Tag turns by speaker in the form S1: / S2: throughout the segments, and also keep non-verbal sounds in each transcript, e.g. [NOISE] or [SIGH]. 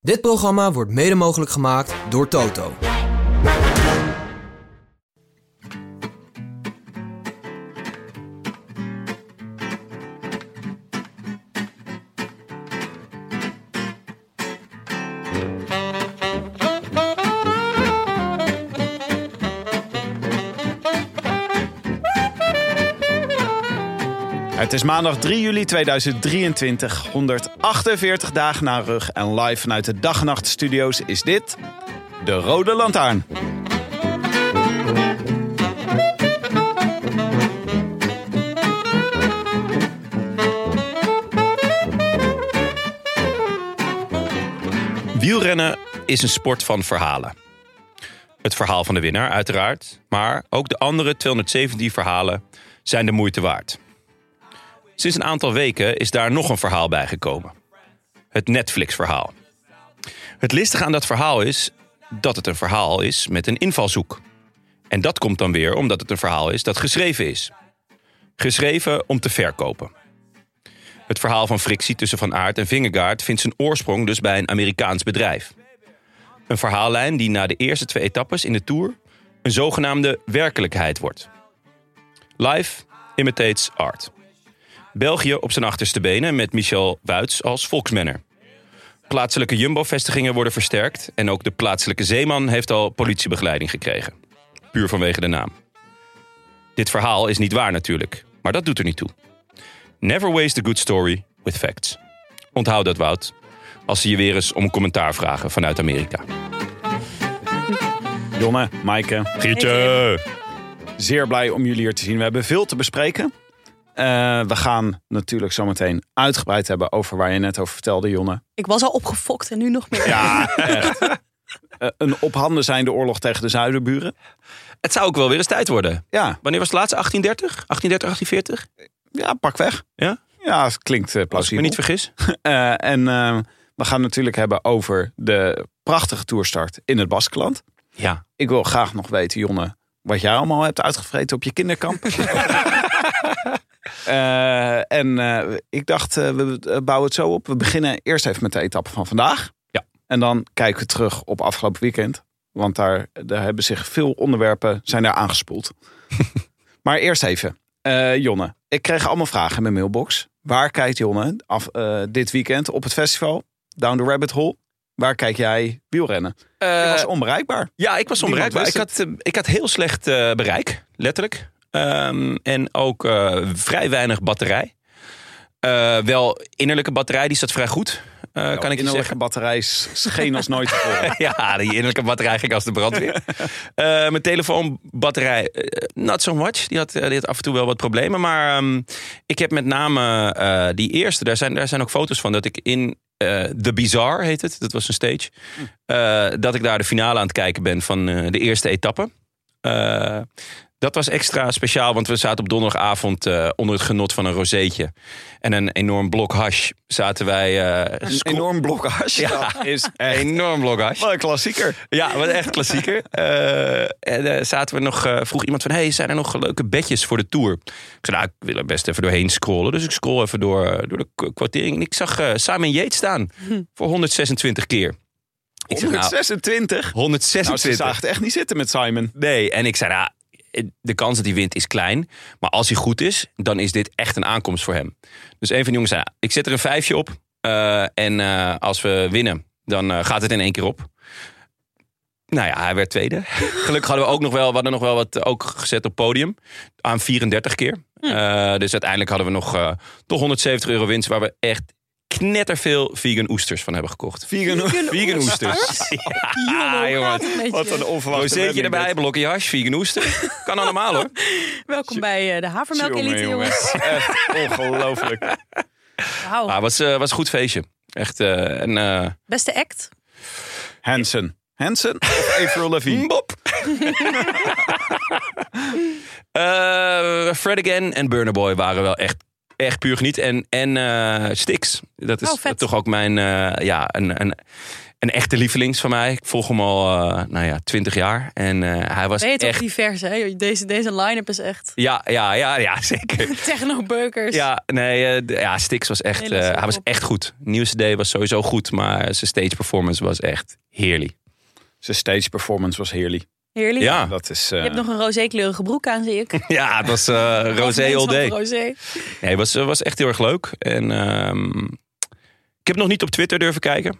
S1: Dit programma wordt mede mogelijk gemaakt door Toto.
S2: Het is maandag 3 juli 2023, 148 dagen na rug en live vanuit de dag en nacht studio's is dit de Rode Lantaarn.
S3: Wielrennen is een sport van verhalen. Het verhaal van de winnaar, uiteraard, maar ook de andere 217 verhalen zijn de moeite waard. Sinds een aantal weken is daar nog een verhaal bijgekomen: het Netflix-verhaal. Het listige aan dat verhaal is dat het een verhaal is met een invalshoek. En dat komt dan weer omdat het een verhaal is dat geschreven is. Geschreven om te verkopen. Het verhaal van frictie tussen Van Aert en Vingegaard vindt zijn oorsprong dus bij een Amerikaans bedrijf. Een verhaallijn die na de eerste twee etappes in de Tour een zogenaamde werkelijkheid wordt. Life imitates art. België op zijn achterste benen met Michel Wuits als volksmanner. Plaatselijke Jumbo-vestigingen worden versterkt en ook de plaatselijke zeeman heeft al politiebegeleiding gekregen. Puur vanwege de naam. Dit verhaal is niet waar natuurlijk, maar dat doet er niet toe. Never waste a good story with facts. Onthoud dat, Wout. Als ze je weer eens om commentaar vragen vanuit Amerika.
S2: Jonne, Maaike, Gietje. Zeer blij om jullie hier te zien. We hebben veel te bespreken. Eh, we gaan natuurlijk zometeen uitgebreid hebben over waar je net over vertelde, Jonne. Eh,
S4: Ik was al opgefokt en nu
S3: [LAUGHS]
S4: nog meer.
S2: Ja, echt. Eh, een op handen zijnde oorlog tegen de zuiderburen.
S3: Het zou ook wel weer eens tijd worden.
S2: Ja,
S3: Wanneer was het laatste? 1830? 1830, 1840?
S2: ja pak weg.
S3: Ja?
S2: Ja, het klinkt
S3: Als ik
S2: eh,
S3: me
S2: plausibel.
S3: niet vergis.
S2: Eh, en eh, we gaan natuurlijk hebben over de prachtige toerstart in het Baskeland.
S3: Ja.
S2: Ik wil graag nog weten, Jonne, wat jij allemaal hebt uitgevreten op je kinderkamp. [LAUGHS] Eh, en eh, ik dacht, eh, we eh, bouwen het zo op. We beginnen eerst even met de etappe van vandaag.
S3: Ja.
S2: En dan kijken we terug op afgelopen weekend. Want daar, daar hebben zich veel onderwerpen zijn daar aangespoeld. maar eerst even, eh, Jonne. Ik kreeg allemaal vragen in mijn mailbox. Waar kijkt Jonne af, eh, dit weekend op het festival? Down the Rabbit Hole. Waar kijk jij wielrennen?
S3: Eh,
S2: ik was onbereikbaar.
S3: Ja, ik was
S2: Niemand
S3: onbereikbaar. Ik
S2: wist
S3: had, eh, ik had heel slecht eh, bereik, letterlijk. Ehm, en ook eh, vrij weinig batterij. Eh, wel innerlijke batterij, die staat vrij goed, eh, kan ik je
S2: innerlijke
S3: zeggen.
S2: Nou, batterij scheen als
S3: [LAUGHS]
S2: nooit tevoren.
S3: Ja, die innerlijke batterij ging als de brandweer. Eh, mijn telefoonbatterij, eh, not so much. Die had, eh, die had af en toe wel wat problemen. Maar ehm, ik heb met name eh, die eerste, daar zijn, daar zijn ook foto's van, dat ik in eh The Bizarre heet het, dat was een stage. eh, dat ik daar de finale aan het kijken ben van eh, de eerste etappe. Eh, dat was extra speciaal, want we zaten op donderdagavond eh, onder het genot van een rozeetje. En een enorm blok hash zaten wij... eh, scro-
S2: Enorm blokhars.
S3: Ja.
S2: Dat is echt
S3: enorm blok hash.
S2: [LAUGHS] wel een klassieker.
S3: Ja, wat echt klassieker. Eh, en eh, zaten we nog, eh, vroeg iemand van, hey, zijn er nog leuke bedjes voor de tour? Ik zei, nou, ik wil er best even doorheen scrollen. Dus ik scroll even door, eh, door de k- kwartering. En ik zag eh Simon Yates staan
S2: Hm.
S3: voor 126 keer. Ik zeg, nou,
S2: 126. Nou, ze
S3: 126.
S2: zagen het echt niet zitten met Simon.
S3: nee, en ik zei, nou, de kans dat hij wint is klein. Maar als hij goed is, dan is dit echt een aankomst voor hem. Dus een van de jongens zei, nou, ik zet er een vijfje op. eh, en eh, als we winnen, dan eh, gaat het in één keer op. Nou ja, hij werd tweede. [LAUGHS] Gelukkig hadden we ook nog wel, we hadden nog wel wat eh, ook gezet op podium. Aan 34 keer. Eh, dus uiteindelijk hadden we nog eh, toch 170 euro winst. Waar we echt knetterveel vegan oesters van hebben gekocht.
S2: Vegan,
S3: Vegan oesters. [LAUGHS] Ja, jongens.
S2: Wat een onverwachte
S3: Rozeetje
S2: wending
S3: erbij, blokje hash, vegan [LAUGHS] oester. Kan allemaal hoor.
S4: Welkom bij eh, de
S2: dit.
S4: Havermelk Elite,
S2: Jongen,
S4: jongens.
S2: jongen. [LAUGHS] Echt ongelooflijk.
S4: Wauw.
S3: Ah, Maar het was, eh, was een goed feestje. Echt. eh, en, eh,
S4: Beste act.
S2: Hansen. Hansen of Avril
S4: Mm.
S2: Lavigne?
S3: Bob. [LAUGHS] Eh, Fred Again en Burner Boy waren wel echt, echt puur geniet. En, en eh, Styx. Dat is
S4: Oh, vet.
S3: toch ook mijn, eh, ja, een, een, een echte lievelings van mij. Ik volg hem al, eh, nou ja, twintig jaar. En eh, hij was
S4: Ben je toch
S3: echt...
S4: divers, hè? Deze, deze line-up is echt
S3: Ja, ja, ja, ja, [LAUGHS] zeker.
S4: [LAUGHS] techno-beukers.
S3: Ja, nee, eh, d- ja, Stix was echt,
S4: Nee, dat is
S3: eh,
S4: ook
S3: hij was
S4: wel-
S3: echt goed. Nieuwste day was sowieso goed, maar zijn stage performance was echt heerlijk. [LAUGHS]
S2: Zijn stage performance was heerlijk.
S4: Heerlijk.
S3: Ja,
S2: Dat is, eh,
S4: Je hebt nog een roze-kleurige broek aan, zie
S3: [LAUGHS]
S4: ik.
S3: ja, het was eh, rosé all day.
S4: Rosé.
S3: Nee, het was, eh, was echt heel erg leuk. En ehm, ik heb nog niet op Twitter durven kijken.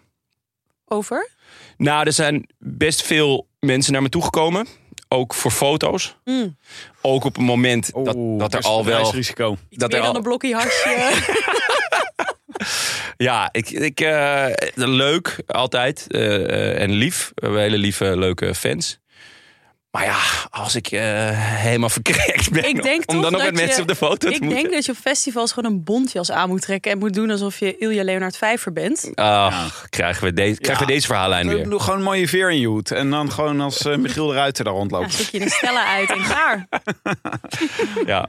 S4: Over?
S3: Nou, er zijn best veel mensen naar me toegekomen. Ook voor foto's.
S4: Mm.
S3: Ook op een moment
S2: oeh, dus
S3: dat, dat er
S2: is
S3: al
S2: een
S3: wel...
S2: prijsrisico.
S4: Iets
S3: Dat
S4: meer
S3: er
S4: dan
S3: al-
S4: een blokje
S3: [LAUGHS]
S4: harsje.
S3: Ja, ik, ik, eh, leuk altijd. eh, eh, en lief. We hebben hele lieve, leuke fans. Maar ja, als ik eh, helemaal [LAUGHS] verkrekt ben...
S4: Ik denk
S3: om
S4: toch
S3: dan ook
S4: dat
S3: met
S4: je-
S3: mensen op de foto te
S4: ik
S3: moeten...
S4: denk dat je op festivals gewoon een bontjas aan moet trekken. En moet doen alsof je Ilja Leonard Vijver bent.
S3: Ach, Ah, krijgen we, deze krijgen we deze verhaallijn weer.
S2: Doe gewoon een mooie veer in je hoed. En dan gewoon als eh, Michiel de Ruiter daar
S4: Ja,
S2: rondloopt.
S4: stik je een Stella uit
S3: [LAUGHS]
S4: en klaar.
S3: Ja.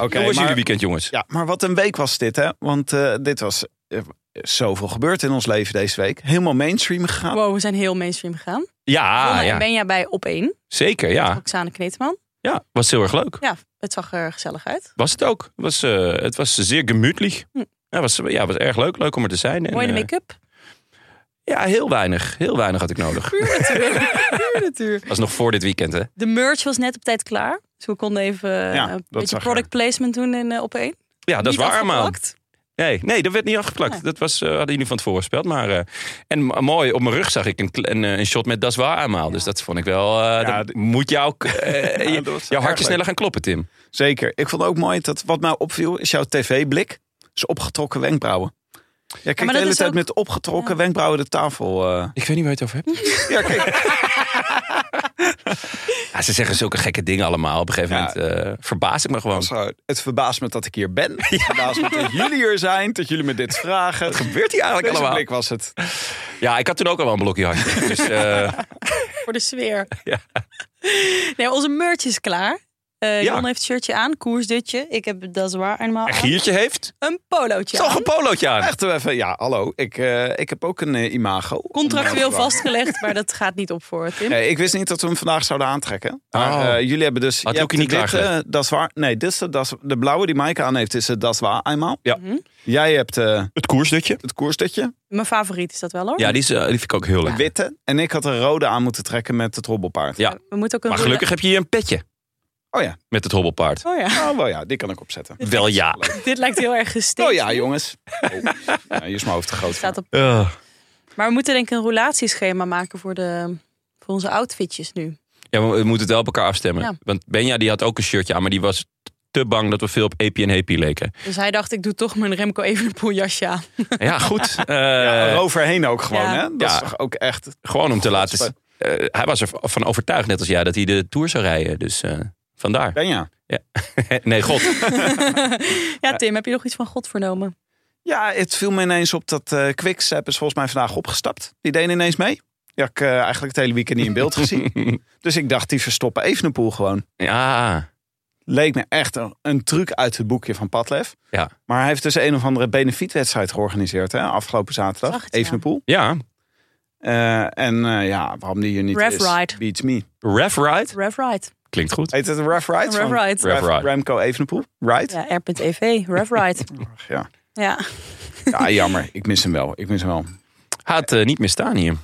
S2: Oké,
S3: Hoe was
S2: maar,
S3: jullie weekend, jongens?
S2: ja, maar wat een week was dit, hè? Want eh, dit was eh, zoveel gebeurd in ons leven deze week. Helemaal mainstream gegaan.
S4: Wow, we zijn heel mainstream gegaan.
S3: Ja,
S4: Jonna
S3: Ah, ja. Ah.
S4: en Benja bij op één.
S3: zeker, ja.
S4: Roxane Kneteman.
S3: Ja, was heel erg leuk.
S4: Ja, het zag er gezellig uit.
S3: Was het ook. Was, eh, het was zeer gemütlich.
S4: Hm.
S3: Ja, was, ja, was erg leuk. Leuk om er te zijn. En,
S4: Mooie
S3: eh,
S4: make-up.
S3: ja, heel weinig. Heel weinig had ik nodig.
S4: Puur natuur. [LAUGHS] Puur natuur.
S3: was nog voor dit weekend, hè?
S4: De merch was net op tijd klaar. Dus we konden even eh,
S2: Ja,
S4: een
S2: dat
S4: beetje
S2: zag je.
S4: product placement doen in, eh, op één.
S3: Ja, dat
S4: Niet
S3: is waar, man.
S4: afgeplakt.
S3: Nee, nee, dat werd niet afgeplakt.
S4: Nee.
S3: Dat was, eh, hadden jullie van tevoren gespeeld. Maar, eh, en m- mooi, op mijn rug zag ik een, kle- een, eh, een shot met Dat is waar aanmaal. Dus dat vond ik wel... eh,
S2: Ja,
S3: dat
S2: d-
S3: moet jou, ook, [LAUGHS] eh,
S2: Ja,
S3: je-
S2: dat was
S3: jouw
S2: erg
S3: hartje
S2: leuk.
S3: sneller gaan kloppen, Tim.
S2: Zeker. Ik vond ook mooi dat wat mij opviel is jouw tv-blik. Is opgetrokken wenkbrauwen. Jij kijkt
S4: dat
S2: de hele
S4: is
S2: tijd
S4: ook-
S2: met opgetrokken wenkbrauwen de tafel. eh.
S3: Ik weet niet waar je het over hebt.
S2: Ja, [LAUGHS] kijk.
S3: Ja, ze zeggen zulke gekke dingen allemaal. Op een gegeven
S2: Ja.
S3: moment eh, verbaas ik me gewoon.
S2: Zo, het verbaast me dat ik hier ben. Het verbaast me dat jullie er zijn. Dat jullie me dit vragen. Wat gebeurt hier eigenlijk Deze
S3: allemaal?
S2: blik was het.
S3: Ja, ik had toen ook al wel een blokje [LAUGHS] hard. Dus eh,
S4: Voor de sfeer.
S3: [LAUGHS] Ja.
S4: Nee, onze merch is klaar. Eh
S3: Ja.
S4: Jon heeft het shirtje aan, koersdutje. Ik heb dat is waar eenmaal
S3: een
S4: aan.
S3: giertje heeft.
S4: Een polootje
S3: Toch
S4: aan.
S3: een polootje aan.
S2: Echt eh, even, ja, hallo. Ik, eh, ik heb ook een eh, imago.
S4: Contractueel
S2: vast.
S4: vastgelegd, maar dat gaat niet op voor Tim.
S2: Nee, ik wist niet dat we hem vandaag zouden aantrekken. Maar
S3: Oh.
S2: eh, jullie hebben dus...
S3: Had
S2: je
S3: Joekie
S2: hebt
S3: niet
S2: dit,
S3: klaargelegd?
S2: eh, Dat is waar. Nee, dit is de, das, de blauwe die Maaike aan heeft is het Das Waar eenmaal.
S3: Ja.
S4: Mhm.
S2: Jij hebt eh,
S3: Het koersdutje.
S2: het koersdutje,
S4: Mijn favoriet is dat wel hoor.
S3: Ja, die, is, eh, die vind ik ook heel leuk.
S2: witte. En ik had een rode aan moeten trekken met het robbelpaard.
S3: Ja.
S4: We moeten ook een
S3: Maar gelukkig heb je hier een petje
S2: Oh ja.
S3: met het hobbelpaard.
S4: Oh ja, [LAUGHS]
S2: Oh, wel ja, die kan ik opzetten.
S3: Wel ja.
S4: dit lijkt heel erg gestaged.
S2: Oh ja, jongens. Oh. Ja, hier is mijn hoofd te groot.
S4: Het staat
S2: voor.
S4: op.
S3: Eh.
S4: Maar we moeten denk ik een relatieschema maken voor, de, voor onze outfitjes nu.
S3: Ja, maar we moeten het wel op elkaar afstemmen.
S4: Ja.
S3: Want Benja die had ook een shirtje aan, maar die was te bang dat we veel op EP en HP leken. [LAUGHS]
S4: Dus hij dacht, ik doe toch mijn Remco Evenepoel jasje aan.
S3: Ja, goed. Eh,
S2: Ja, eroverheen ook gewoon,
S4: Ja.
S2: hè? Dat
S3: Ja.
S2: is toch ook echt...
S3: gewoon om te laten... s- eh, hij was ervan overtuigd, net als jij, dat hij de Tour zou rijden. Dus eh, vandaar.
S2: Ben
S3: [LAUGHS]
S2: je?
S3: nee, god.
S4: Ja, Tim, heb je nog iets van God vernomen?
S2: Ja, het viel me ineens op dat eh Quickstep is volgens mij vandaag opgestapt. Die deden ineens mee. Die had ik eh, eigenlijk het hele weekend niet in beeld gezien.
S3: [LAUGHS]
S2: dus ik dacht, die verstoppen Evenepoel gewoon.
S3: [LAUGHS] Ja,
S2: leek me echt een, een truc uit het boekje van Padlef.
S3: Ja.
S2: Maar hij heeft dus een of andere benefietwedstrijd georganiseerd hè, afgelopen zaterdag.
S4: Zag het, ja.
S2: Evenepoel.
S3: ja.
S2: Eh, en eh, ja, waarom die hier niet
S4: Rev
S2: is,
S4: Ride.
S2: beats me.
S3: Rev Ride.
S4: Rev Ride.
S3: Klinkt goed.
S2: Heet het een Rev Ride?
S4: Rev
S2: van
S4: Ride.
S3: Rev Ride.
S2: Remco Evenepoel? Ride?
S4: Ja, R.EV. Rev Ride.
S2: Ach, Ja.
S4: [LAUGHS] Ja.
S2: ja, jammer. Ik mis hem wel. Ik mis hem wel.
S3: Hij had eh, niet meer staan hier.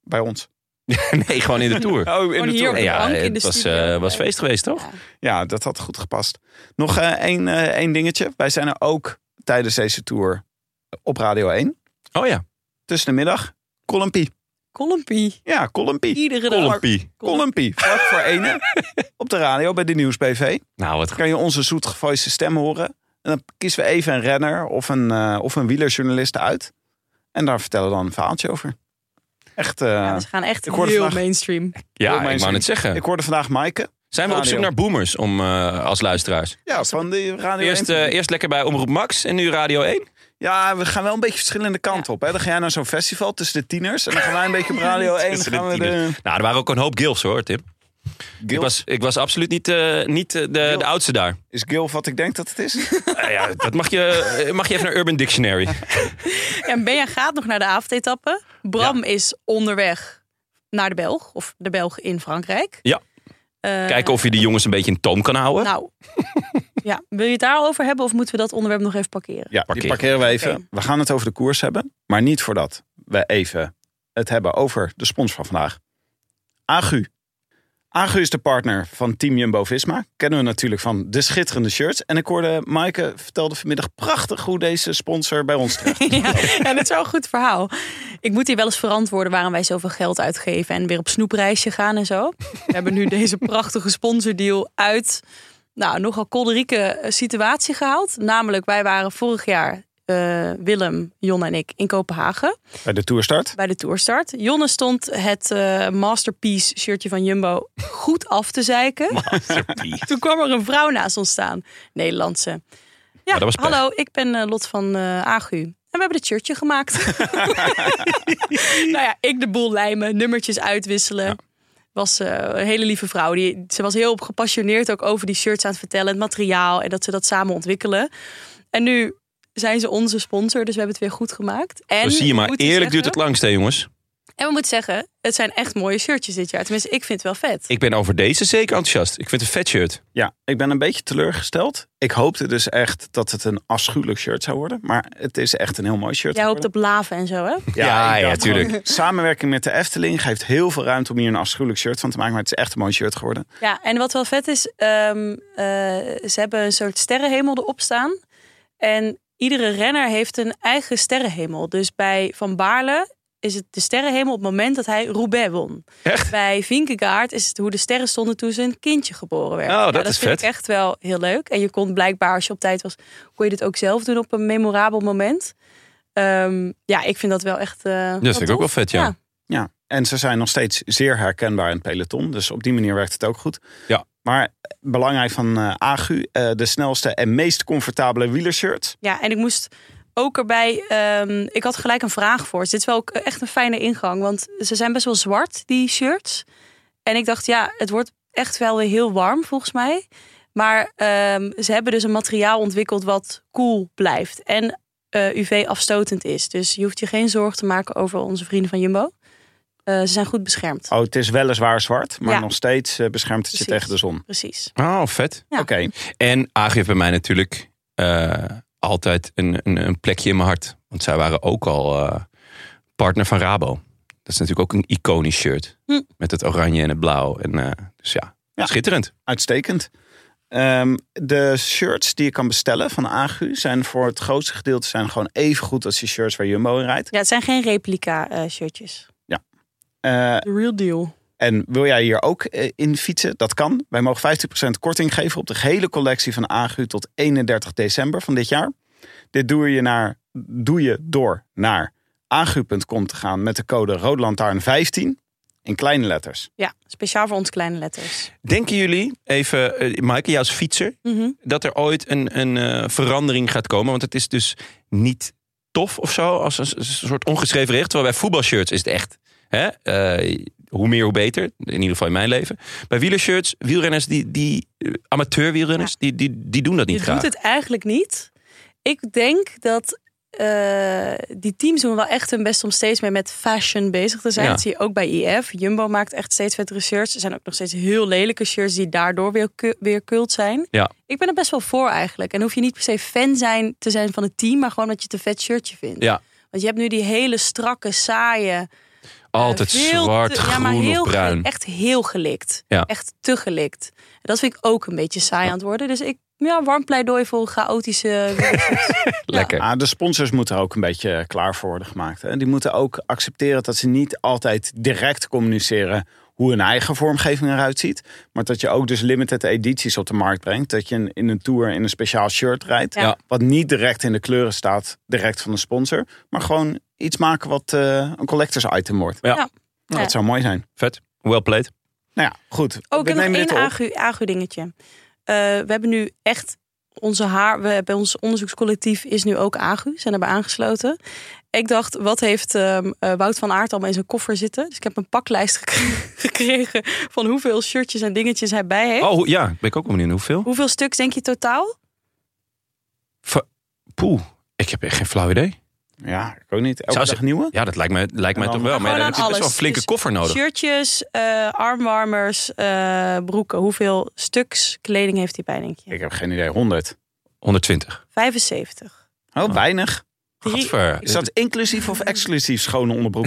S2: Bij ons.
S3: [LAUGHS] nee, gewoon in de Tour.
S2: Oh,
S4: Gewoon hier op
S3: [LAUGHS]
S4: de
S3: Ja,
S4: bank in de
S3: het was,
S4: studio.
S3: eh, was feest geweest, toch?
S4: Ja.
S2: Ja, dat had goed gepast. Nog eh, één, eh, één dingetje. Wij zijn er ook tijdens deze tour op Radio 1.
S3: Oh ja.
S2: Tussen de middag. Columpie.
S4: Columpie.
S2: Ja, Columpie.
S4: Iedere dag.
S3: Columpie.
S2: Columpie. Vlak voor
S4: [LAUGHS]
S2: ene. Op de radio bij de Nieuwsbv.
S3: Nou, wat goed.
S2: kan je onze zoetgevoiste stem horen. En dan kiezen we even een renner of een, eh, of een wielerjournalist uit. En daar vertellen we dan een verhaaltje over. Echt, eh,
S4: Ja, ze gaan echt
S2: Ik
S4: heel
S2: hoorde vandaag-
S4: mainstream.
S3: Ja, ik wou
S2: mainstream.
S3: het zeggen.
S2: ik hoorde vandaag Maaike.
S3: Zijn we op zoek
S2: Radio.
S3: naar boomers om, eh, als luisteraars?
S2: Ja, van de radio.
S3: Eerst,
S2: 1.
S3: eh, eerst lekker bij Omroep Max en nu Radio 1?
S2: Ja, we gaan wel een beetje verschillende kanten op. Hè. Dan ga jij naar zo'n festival tussen de tieners. En dan gaan wij een beetje op
S3: [LAUGHS]
S2: Radio 1.
S3: Tussen de
S2: Gaan we de...
S3: tieners. Nou, er waren ook een hoop gilfs hoor, Tim. Ik
S2: Gilf?
S3: was, ik was absoluut niet, eh, niet eh, de, de oudste daar.
S2: Is Gilf wat ik denk dat het [LAUGHS] is?
S3: Eh, ja, dat mag je, eh, mag je even naar Urban Dictionary.
S4: En Benja gaat nog naar de avondetappe. Bram is onderweg naar de Belg. Of de Belg in Frankrijk.
S3: Ja.
S4: Eh,
S3: Kijken of je die jongens een beetje in toom kan houden. [LAUGHS]
S4: Nou, [LAUGHS] ja. wil je het daar al over hebben of moeten we dat onderwerp nog even parkeren?
S2: Ja,
S3: Parkeer.
S2: die parkeren we even.
S4: Oké.
S2: We gaan het over de koers hebben. Maar niet voordat we even het hebben over de sponsor van vandaag. Agu. Agu is de partner van Team Jumbo-Visma. Kennen we natuurlijk van de schitterende shirts. En ik hoorde Maaike vertelde vanmiddag prachtig hoe deze sponsor bij
S3: [LAUGHS]
S2: ons terecht.
S4: [LAUGHS] Ja, ja, dat is wel een goed verhaal. Ik moet hier wel eens verantwoorden waarom wij zoveel geld uitgeven en weer op snoepreisje gaan en zo. We hebben nu deze prachtige sponsordeal uit nou, nogal kolderieke eh, situatie gehaald. Namelijk, wij waren vorig jaar, eh, Willem, Jon en ik, in Kopenhagen
S2: bij de toerstart.
S4: bij de toerstart. Jonne stond het eh, Masterpiece shirtje van Jumbo goed af te zeiken.
S3: Masterpiece.
S4: Toen kwam er een vrouw naast ons staan, Nederlandse. Ja,
S3: dat was pech.
S4: hallo, ik ben eh, Lot van eh, Agu. En we hebben het shirtje
S3: [LAUGHS]
S4: gemaakt. nou ja, ik de boel lijmen, nummertjes uitwisselen. Was eh, een hele lieve vrouw. Die, ze was heel gepassioneerd ook over die shirts aan het vertellen. Het materiaal en dat ze dat samen ontwikkelen. En nu zijn ze onze sponsor, dus we hebben het weer goed gemaakt. En
S3: Zo zie je maar,
S4: ik moet
S3: eerlijk
S4: zeggen-
S3: duurt het langst, hè, jongens.
S4: en we moeten zeggen, het zijn echt mooie shirtjes dit jaar. Tenminste, ik vind het wel vet.
S3: Ik ben over deze zeker enthousiast. Ik vind het een vet shirt.
S2: Ja, ik ben een beetje teleurgesteld. Ik hoopte dus echt dat het een afschuwelijk shirt zou worden. Maar het is echt een heel mooi shirt.
S4: Jij hoopt
S2: geworden.
S4: op laven en zo, hè?
S3: Ja, ja,
S2: ik dacht
S3: tuurlijk.
S2: gewoon, Samenwerking met de Efteling geeft heel veel ruimte om hier een afschuwelijk shirt van te maken. Maar het is echt een mooi shirt geworden.
S4: Ja, en wat wel vet is, ehm, eh, ze hebben een soort sterrenhemel erop staan. En iedere renner heeft een eigen sterrenhemel. Dus bij Van Baarle is het de sterrenhemel op het moment dat hij Roubaix won.
S3: Echt?
S4: Bij Vinkegaard is het hoe de sterren stonden toen zijn kindje geboren werd.
S3: Oh,
S4: Nou,
S3: dat is
S4: vind
S3: vet.
S4: ik echt wel heel leuk. En je kon blijkbaar, als je op tijd was, kon je dit ook zelf doen op een memorabel moment. Ehm, ja, ik vind dat wel echt... eh,
S3: Dat vind ik ook wel
S4: tof.
S3: vet, ja.
S2: Ja, en ze zijn nog steeds zeer herkenbaar in het peloton. Dus op die manier werkt het ook goed.
S3: Ja.
S2: Maar eh, belangrijk van eh, Agu, eh, de snelste en meest comfortabele wielershirt.
S4: Ja, en ik moest ook erbij. ehm, ik had gelijk een vraag voor. ze. dit is wel ook echt een fijne ingang. Want ze zijn best wel zwart, die shirts. En ik dacht, ja, het wordt echt wel weer heel warm volgens mij. Maar ehm, ze hebben dus een materiaal ontwikkeld wat koel blijft. En eh, UV-afstotend is. Dus je hoeft je geen zorgen te maken over onze vrienden van Jumbo. Eh, ze zijn goed beschermd.
S2: Oh, het is weliswaar zwart, maar
S4: Ja.
S2: nog steeds eh, beschermt het je
S4: Precies.
S2: tegen de zon.
S4: Precies.
S3: Oh, vet.
S4: Ja.
S2: Oké,
S3: En Aag heeft bij mij natuurlijk eh, altijd een, een, een plekje in mijn hart. Want zij waren ook al eh, partner van Rabo. Dat is natuurlijk ook een iconisch shirt.
S4: Hm.
S3: Met het oranje en het blauw. En, eh, dus ja,
S2: Ja.
S3: schitterend.
S2: uitstekend. Ehm, de shirts die je kan bestellen van Agu zijn voor het grootste gedeelte zijn gewoon even goed als die shirts waar Jumbo in rijdt.
S4: Ja, het zijn geen replica eh, shirtjes.
S2: Eh,
S4: The real deal.
S2: En wil jij hier ook eh, in fietsen? Dat kan. Wij mogen 50% korting geven op de gehele collectie van AGU tot 31 december van dit jaar. Dit doe je, naar, doe je door naar agu.com te gaan met de code ROODLANTAARN15 in kleine letters.
S4: Ja, speciaal voor ons kleine letters.
S3: Denken jullie, even, eh, Maaike, jou als fietser,
S4: Mhm.
S3: dat er ooit een, een eh, verandering gaat komen? Want het is dus niet tof of zo, als een, s- s- soort ongeschreven recht. Terwijl bij voetbalshirts is het echt. Hè? eh, hoe meer, hoe beter. In ieder geval in mijn leven. Bij wielershirts, wielrenners, die, die eh, amateurwielrenners, die, die, die doen dat niet
S4: je
S3: graag.
S4: doet het eigenlijk niet. Ik denk dat eh, die teams doen wel echt hun best om steeds meer met fashion bezig te zijn.
S3: Ja.
S4: Dat zie je ook bij IF. Jumbo maakt echt steeds vetere shirts. Er zijn ook nog steeds heel lelijke shirts die daardoor weer, ku- weer kult zijn.
S3: Ja.
S4: Ik ben er best wel voor eigenlijk. En hoef je niet per se fan zijn, te zijn van het team, maar gewoon dat je het een vet shirtje vindt.
S3: Ja.
S4: Want je hebt nu die hele strakke, saaie...
S3: Altijd
S4: eh, veel
S3: zwart,
S4: te-
S3: groen
S4: ja, maar heel
S3: of
S4: ge-
S3: bruin.
S4: Echt heel gelikt.
S3: Ja.
S4: Echt te gelikt. En dat vind ik ook een beetje saai aan het worden. Dus ik, ja, warm pleidooi
S3: [LAUGHS]
S4: voor chaotische...
S3: Lekker.
S2: Ah, de sponsors moeten er ook een beetje eh, klaar voor worden gemaakt. En die moeten ook accepteren dat ze niet altijd direct communiceren hoe hun eigen vormgeving eruit ziet. Maar dat je ook dus limited edities op de markt brengt. Dat je in- in een tour in een speciaal shirt rijdt.
S4: Ja.
S2: Wat niet direct in de kleuren staat, direct van de sponsor. Maar gewoon iets maken wat eh, een collectors item wordt.
S3: Ja.
S4: Ja.
S2: Nou,
S4: Ja.
S2: dat zou mooi zijn.
S3: Vet. Well played.
S2: Nou ja, goed.
S4: Oh, ik
S2: we
S4: heb nog
S2: nemen
S4: één
S2: dit op.
S4: agu, agu dingetje. Eh, we hebben nu echt onze haar, we, bij ons onderzoekscollectief is nu ook AGU, zijn erbij aangesloten. Ik dacht, wat heeft ehm, eh, Wout van Aert allemaal in zijn koffer zitten? Dus ik heb een paklijst gek- [LAUGHS] gekregen van hoeveel shirtjes en dingetjes hij bij heeft.
S3: Oh ja, ben ik ook wel benieuwd hoeveel.
S4: Hoeveel stuks denk je totaal?
S3: Poeh, ik heb echt geen flauw idee.
S2: Ja, ik ook niet. Elke
S3: Zou ze-
S2: dag nieuwe?
S3: Ja, dat lijkt mij, lijkt mij
S2: En
S3: toch
S2: dan-
S3: wel. Maar
S4: Gewoon
S3: ja,
S4: aan
S3: dan heb je best wel een
S4: alles.
S3: flinke
S4: Dus
S3: koffer nodig.
S4: Shirtjes, eh, armwarmers, eh, broeken. Hoeveel stuks kleding heeft hij bij, denk je?
S2: Ik heb geen idee. 100.
S3: 120.
S4: 75.
S2: Oh, weinig.
S4: Drie-
S3: Gadver.
S2: Is dat inclusief of exclusief schone onderbroek?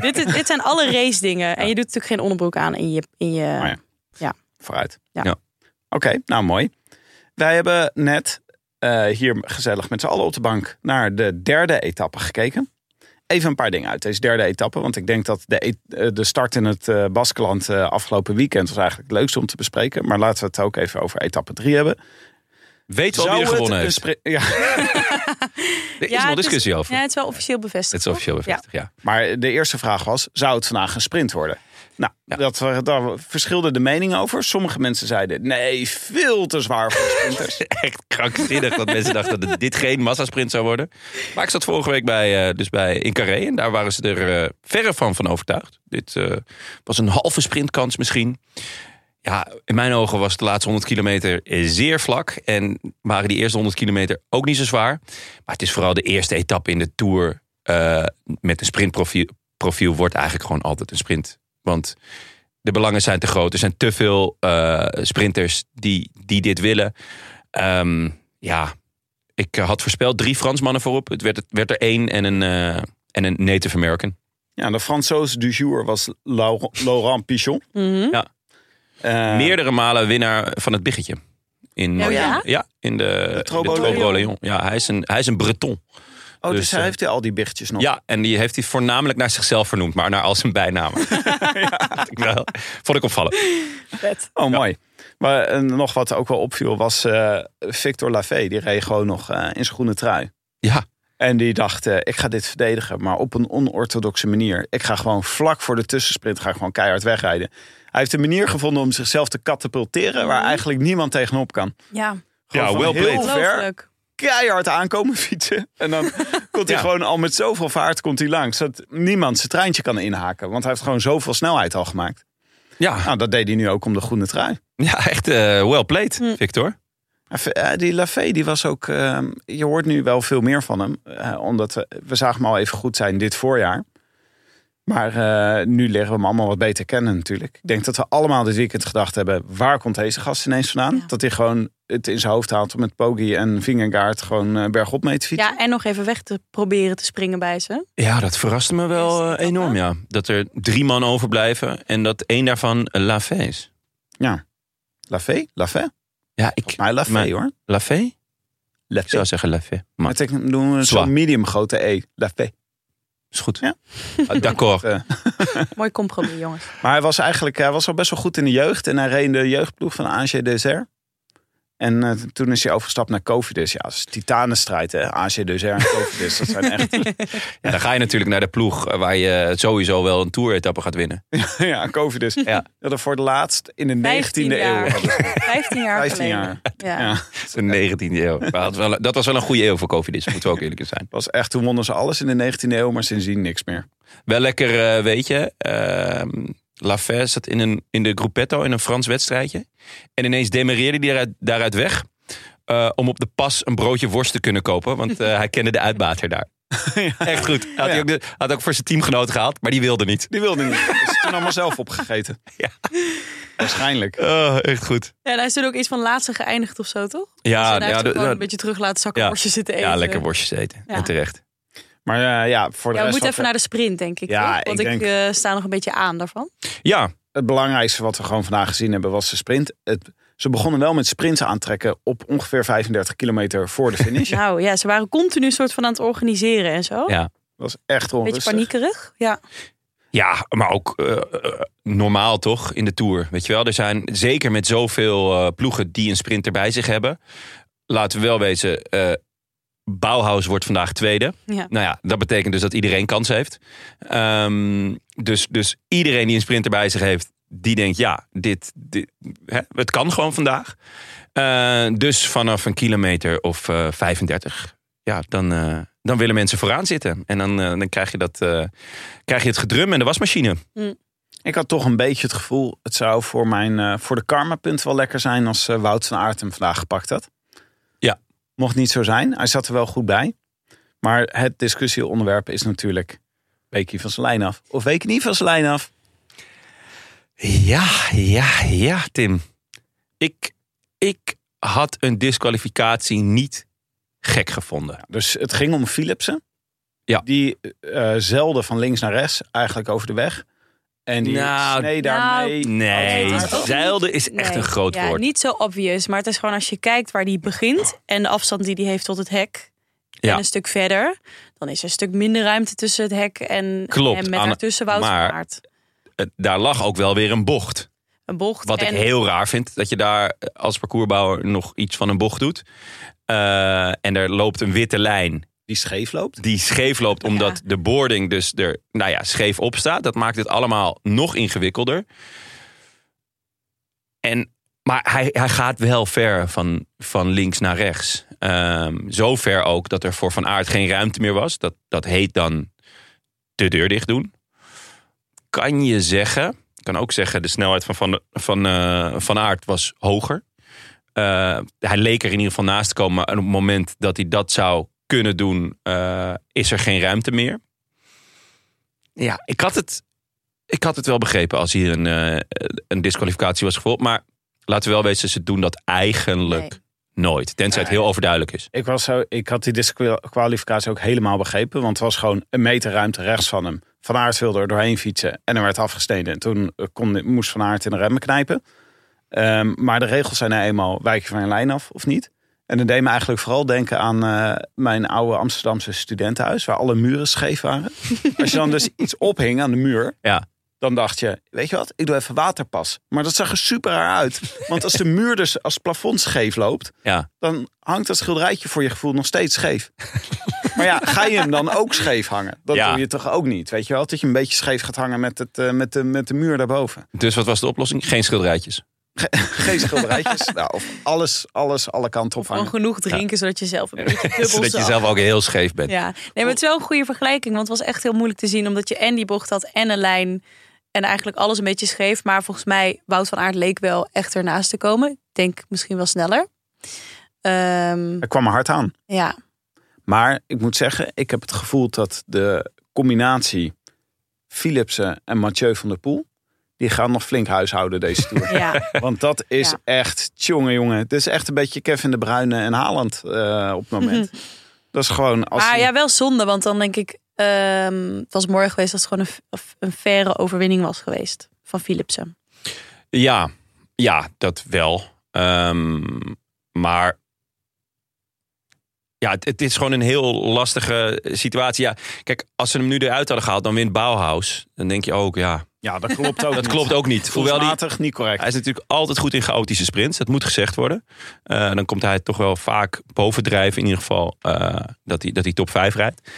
S4: dit, is- dit zijn alle race dingen. En je doet natuurlijk geen onderbroek aan in je... In je...
S3: Oh
S2: ja. Vooruit.
S4: Ja.
S3: Ja.
S2: Oké, nou mooi. Wij hebben net eh, hier gezellig met z'n allen op de bank naar de derde etappe gekeken. Even een paar dingen uit deze derde etappe. Want ik denk dat de, e- eh, de start in het eh Baskeland eh, afgelopen weekend was eigenlijk het leukste om te bespreken. Maar laten we het ook even over etappe 3 hebben.
S3: Weet wel wie er
S2: het
S3: gewonnen
S2: een
S3: heeft.
S2: spri- ja,
S3: Er
S4: Ja,
S3: is nog
S4: het is-
S3: discussie over.
S4: Ja, het is wel officieel bevestigd.
S3: Het is officieel
S4: toch?
S3: bevestigd, ja.
S2: Maar de eerste vraag was, zou het vandaag een sprint worden? Nou,
S3: Ja.
S2: dat, daar verschilden de meningen over. Sommige mensen zeiden, nee, veel te zwaar voor sprinters.
S3: Echt krankzinnig dat mensen dachten dat dit geen massasprint zou worden. Maar ik zat vorige week bij, eh, dus bij in Carré en daar waren ze er eh, verre van van overtuigd. Dit eh, was een halve sprintkans misschien. Ja, in mijn ogen was de laatste 100 kilometer eh, zeer vlak. En waren die eerste 100 kilometer ook niet zo zwaar. Maar het is vooral de eerste etappe in de Tour eh, met een sprintprofiel profiel wordt eigenlijk gewoon altijd een sprint. Want de belangen zijn te groot. Er zijn te veel eh, sprinters die, die dit willen. Ehm, ja, ik eh, had voorspeld drie Fransmannen voorop. Het werd, het werd er één en een, eh, en een Native American.
S2: Ja, de Fransoos du jour was Lau- Laurent Pichon.
S4: Mhm.
S2: Eh,
S3: Meerdere malen winnaar van het biggetje. In,
S4: Oh ja?
S3: ja, in de, de
S2: Trobo
S3: Trobo
S2: Leon.
S3: Leon. Ja, hij is een, hij is een Breton.
S2: Oh, dus,
S3: dus,
S2: hij
S3: eh,
S2: heeft al die berichtjes nog.
S3: Ja, en die heeft hij voornamelijk naar zichzelf vernoemd, maar naar al zijn [LAUGHS] bijnamen. ja. ik wel. Vond ik opvallend.
S4: Vet.
S2: Oh, mooi. Maar eh, nog wat ook wel opviel was eh, Victor Lafay. Die reed gewoon nog eh, in zijn groene trui.
S3: Ja,
S2: En die dacht, eh, ik ga dit verdedigen, maar op een onorthodoxe manier. Ik ga gewoon vlak voor de tussensprint ga ik gewoon keihard wegrijden. Hij heeft een manier gevonden om zichzelf te katapulteren... waar eigenlijk niemand tegenop kan.
S4: Ja,
S2: Gewoon
S3: Ja,
S2: van
S3: well
S2: heel
S3: played.
S2: ver
S4: ongelooflijk.
S2: keihard aankomen fietsen. En dan komt hij
S3: Ja.
S2: gewoon al met zoveel vaart komt hij langs. Dat niemand zijn treintje kan inhaken. Want hij heeft gewoon zoveel snelheid al gemaakt.
S3: ja.
S2: Nou, dat deed hij nu ook om de groene trui.
S3: ja echt eh, well played,
S4: Hm.
S3: Victor.
S2: En v- eh, Die Lafay, die was ook... eh, je hoort nu wel veel meer van hem. eh, omdat we, we zagen hem al even goed zijn dit voorjaar. Maar eh, nu leren we hem allemaal wat beter kennen natuurlijk. Ik denk dat we allemaal dit weekend gedacht hebben... waar komt deze gast ineens vandaan?
S4: Ja.
S2: Dat hij gewoon het in zijn hoofd haalt om met Poggi en Vingegaard... gewoon eh, bergop mee te fietsen.
S4: Ja, en nog even weg te proberen te springen bij ze.
S3: Ja, dat verraste me wel
S4: Is dat
S3: eh, enorm,
S4: dan?
S3: ja. Dat er drie man overblijven en dat één daarvan eh, Lafay is.
S2: Lafay? Lafay?
S3: Ja, ik...
S2: Maar Lafay
S3: Maar-
S2: Ah, hoor.
S3: Lafay? Ik
S2: Lafay.
S3: zou zeggen Lafay. Maar
S2: Maar ik doen we
S3: Zwa.
S2: zo'n medium grote E. Lafay.
S3: is goed.
S2: Ja.
S3: [LAUGHS] Ah, D'accord.
S2: Eh,
S4: Mooi
S3: [LAUGHS]
S4: compromis, jongens.
S2: Maar hij was eigenlijk hij was al best wel goed in de jeugd. En hij reed in de jeugdploeg van AG Desert. En eh, toen is hij overgestapt naar Covidus. Ja, dat is titanenstrijd hè. AG Desert en Covidus. Dat zijn
S3: [LAUGHS]
S2: echt... [LAUGHS]
S3: Ja, dan ga je natuurlijk naar de ploeg eh, waar je sowieso wel een tour-etappe gaat [LAUGHS] winnen.
S2: ja, Covidus.
S3: Ja.
S2: Dat er voor het laatst in de 19e
S4: 15
S2: eeuw.
S4: jaar.
S2: hadden ze.
S4: 15 jaar
S2: 15
S4: geleden.
S2: jaar.
S4: Ja.
S2: Ja.
S3: De 19e eeuw. Maar dat, was wel, dat was wel een goede eeuw voor COVID, moeten we ook eerlijk in zijn.
S2: Dat was echt, toen wonnen ze alles in de 19e eeuw, maar sindsdien niks meer.
S3: Wel lekker, eh, weet je. ehm Lafay zat in, een, in de gruppetto in een Frans wedstrijdje. En ineens demereerde hij daaruit, daaruit weg. eh, om op de pas een broodje worst te kunnen kopen. Want eh, hij kende de uitbater [LAUGHS] daar. Echt goed. Had, hij
S2: Ja.
S3: ook de- had ook voor zijn teamgenoot gehaald, maar die wilde niet.
S2: Die wilde niet. Dat is toen allemaal zelf opgegeten.
S3: [LAUGHS] Ja.
S2: Waarschijnlijk.
S3: Oh, echt goed.
S4: Ja, en hij is toen ook iets van laatste geëindigd of zo, toch?
S3: Ja,
S4: Dus hij
S3: Ah, ja,
S4: heeft
S3: de-
S4: ook gewoon
S3: de-
S4: een beetje terug laten zakken
S3: Ja.
S4: worstjes zitten eten.
S3: ja, lekker worstjes eten.
S4: Ja.
S3: En terecht.
S2: Maar eh, ja, voor de
S4: Ja, we
S2: rest
S4: moeten
S2: wat-
S4: even naar de sprint, denk ik.
S2: Ja,
S4: toch? Want
S2: ik
S4: ik,
S2: denk-
S4: eh, sta nog een beetje aan daarvan.
S3: Ja,
S2: het belangrijkste wat we gewoon vandaag gezien hebben was de sprint. Het, ze begonnen wel met sprints aantrekken op ongeveer 35 kilometer voor de
S4: [LAUGHS]
S2: finish. Dat
S4: Nou ja, ze waren continu soort van aan het organiseren en zo.
S3: Ja.
S2: was echt
S4: Beetje
S2: onrustig.
S4: paniekerig. Ja.
S3: Ja, maar ook eh, eh, normaal toch in de Tour. Weet je wel, er zijn zeker met zoveel eh, ploegen die een sprinter bij zich hebben. Laten we wel wezen, eh Bauhaus wordt vandaag tweede.
S4: Ja.
S3: Nou ja, dat betekent dus dat iedereen kans heeft. Ehm, dus, dus iedereen die een sprinter bij zich heeft, die denkt, ja, dit, dit hè, het kan gewoon vandaag. Eh, dus vanaf een kilometer of eh, 35, ja, dan, eh, dan willen mensen vooraan zitten. En dan, eh, dan krijg, je dat, eh, krijg je het gedrum en de wasmachine.
S2: Ik had toch een beetje het gevoel, het zou voor, mijn, eh, voor de karmapunt wel lekker zijn als eh, Wout van Aert hem vandaag gepakt had.
S3: Ja.
S2: Mocht niet zo zijn. Hij zat er wel goed bij. Maar het discussieonderwerp is natuurlijk, week hij van zijn lijn af? Of week hij niet van zijn lijn af?
S3: Ja, ja, ja, Tim. Ik, ik had een disqualificatie niet gek gevonden.
S2: Dus het ging om Philipsen.
S3: Ja.
S2: Die eh, zeilde van links naar rechts, eigenlijk over de weg. En die
S3: Nou,
S2: snee
S4: nou,
S2: daarmee.
S3: Nee,
S4: Het is ook
S3: zeilde
S4: niet-
S3: is echt
S4: nee,
S3: een groot
S4: ja,
S3: woord.
S4: Niet zo obvious, maar het is gewoon als je kijkt waar die begint en de afstand die die heeft tot het hek.
S3: Ja.
S4: En een stuk verder, dan is er een stuk minder ruimte tussen het hek en,
S3: Klopt,
S4: en met
S3: Anne,
S4: daartussen Wout van
S3: maar-
S4: Aert.
S3: Eh, Daar lag ook wel weer een bocht.
S4: Een bocht.
S3: Wat
S4: en,
S3: ik heel raar vind, dat je daar eh, als parcoursbouwer nog iets van een bocht doet. Eh, en er loopt een witte lijn
S2: Die scheef loopt.
S3: die scheef loopt omdat de boarding dus er nou ja, scheef op staat. Dat maakt het allemaal nog ingewikkelder. En, maar hij, hij gaat wel ver van, van links naar rechts. Ehm, zo ver ook dat er voor Van Aert geen ruimte meer was. Dat, dat heet dan de deur dicht doen. Kan je zeggen, kan ook zeggen de snelheid van Van, de- van, eh, van Aert was hoger. Eh, hij leek er in ieder geval naast te komen. Maar op het moment dat hij dat zou kunnen doen, eh, is er geen ruimte meer. Ja, ik had het, ik had het wel begrepen als hier een, eh, een disqualificatie was gevolgd. Maar laten we wel wezen, ze doen dat eigenlijk nooit. Tenzij het heel overduidelijk is.
S2: Ik, was zo, ik had die disqualificatie ook helemaal begrepen. Want het was gewoon een meter ruimte rechts van hem. Van Aert wilde er doorheen fietsen. En er werd afgesneden. En toen eh, kon, moest Van Aert in de remmen knijpen. Ehm, maar de regels zijn nou eenmaal, wijk je van je lijn af of niet? En dat deed me eigenlijk vooral denken aan eh, mijn oude Amsterdamse studentenhuis. Waar alle muren scheef waren. Als je dan dus iets ophing aan de muur.
S3: Ja.
S2: Dan dacht je, weet je wat, ik doe even waterpas. Maar dat zag er super raar uit. Want als de muur dus als plafond scheef loopt
S3: Ja.
S2: dan hangt dat schilderijtje voor je gevoel nog steeds scheef. [LAUGHS] maar ja, ga je hem dan ook scheef hangen? Dat
S3: Ja.
S2: doe je toch ook niet, weet je wel? Dat je een beetje scheef gaat hangen met, het, eh, met, de, met de muur daarboven.
S3: Dus wat was de oplossing? Geen schilderijtjes.
S2: Geen schilderijtjes. nou, of alles, alles, alle kanten op
S4: Gewoon
S2: hangen.
S4: genoeg drinken, zodat je zelf een beetje dubbel
S3: [LAUGHS] Zodat je
S4: zag.
S3: zelf ook heel scheef bent.
S4: Ja, nee, maar het is wel een goede vergelijking. Want het was echt heel moeilijk te zien. Omdat je en die bocht had en een lijn. En eigenlijk alles een beetje scheef. Maar volgens mij, Wout van Aert leek wel echt ernaast te komen. Ik denk misschien wel sneller. Ehm,
S2: Er kwam er hard aan.
S4: ja,
S2: Maar ik moet zeggen, ik heb het gevoel dat de combinatie Philipsen en Mathieu van der Poel... die gaan nog flink huishouden deze
S4: [LAUGHS]
S2: tour.
S4: ja.
S2: Want dat is
S4: Ja.
S2: echt, jongen, jongen. Het is echt een beetje Kevin de Bruyne en Haaland eh, op het moment. dat is gewoon... [LAUGHS] Als
S4: Mhm. Maar
S2: je-
S4: ja, wel zonde. Want dan denk ik, ehm, het was morgen geweest als het gewoon een, f- een faire overwinning was geweest. Van Philipsen.
S3: Ja, ja dat wel. Ehm, maar ja, het, het is gewoon een heel lastige situatie. Ja, kijk, als ze hem nu eruit hadden gehaald, dan wint Bauhaus. Dan denk je ook, ja,
S2: Ja, dat klopt ook.
S3: dat klopt ook niet. Hoewel die,
S2: Voelsmatig niet correct.
S3: hij is natuurlijk altijd goed in chaotische sprints. Dat moet gezegd worden. Eh, dan komt hij toch wel vaak bovendrijven. In ieder geval eh, dat, hij, dat hij top 5 rijdt.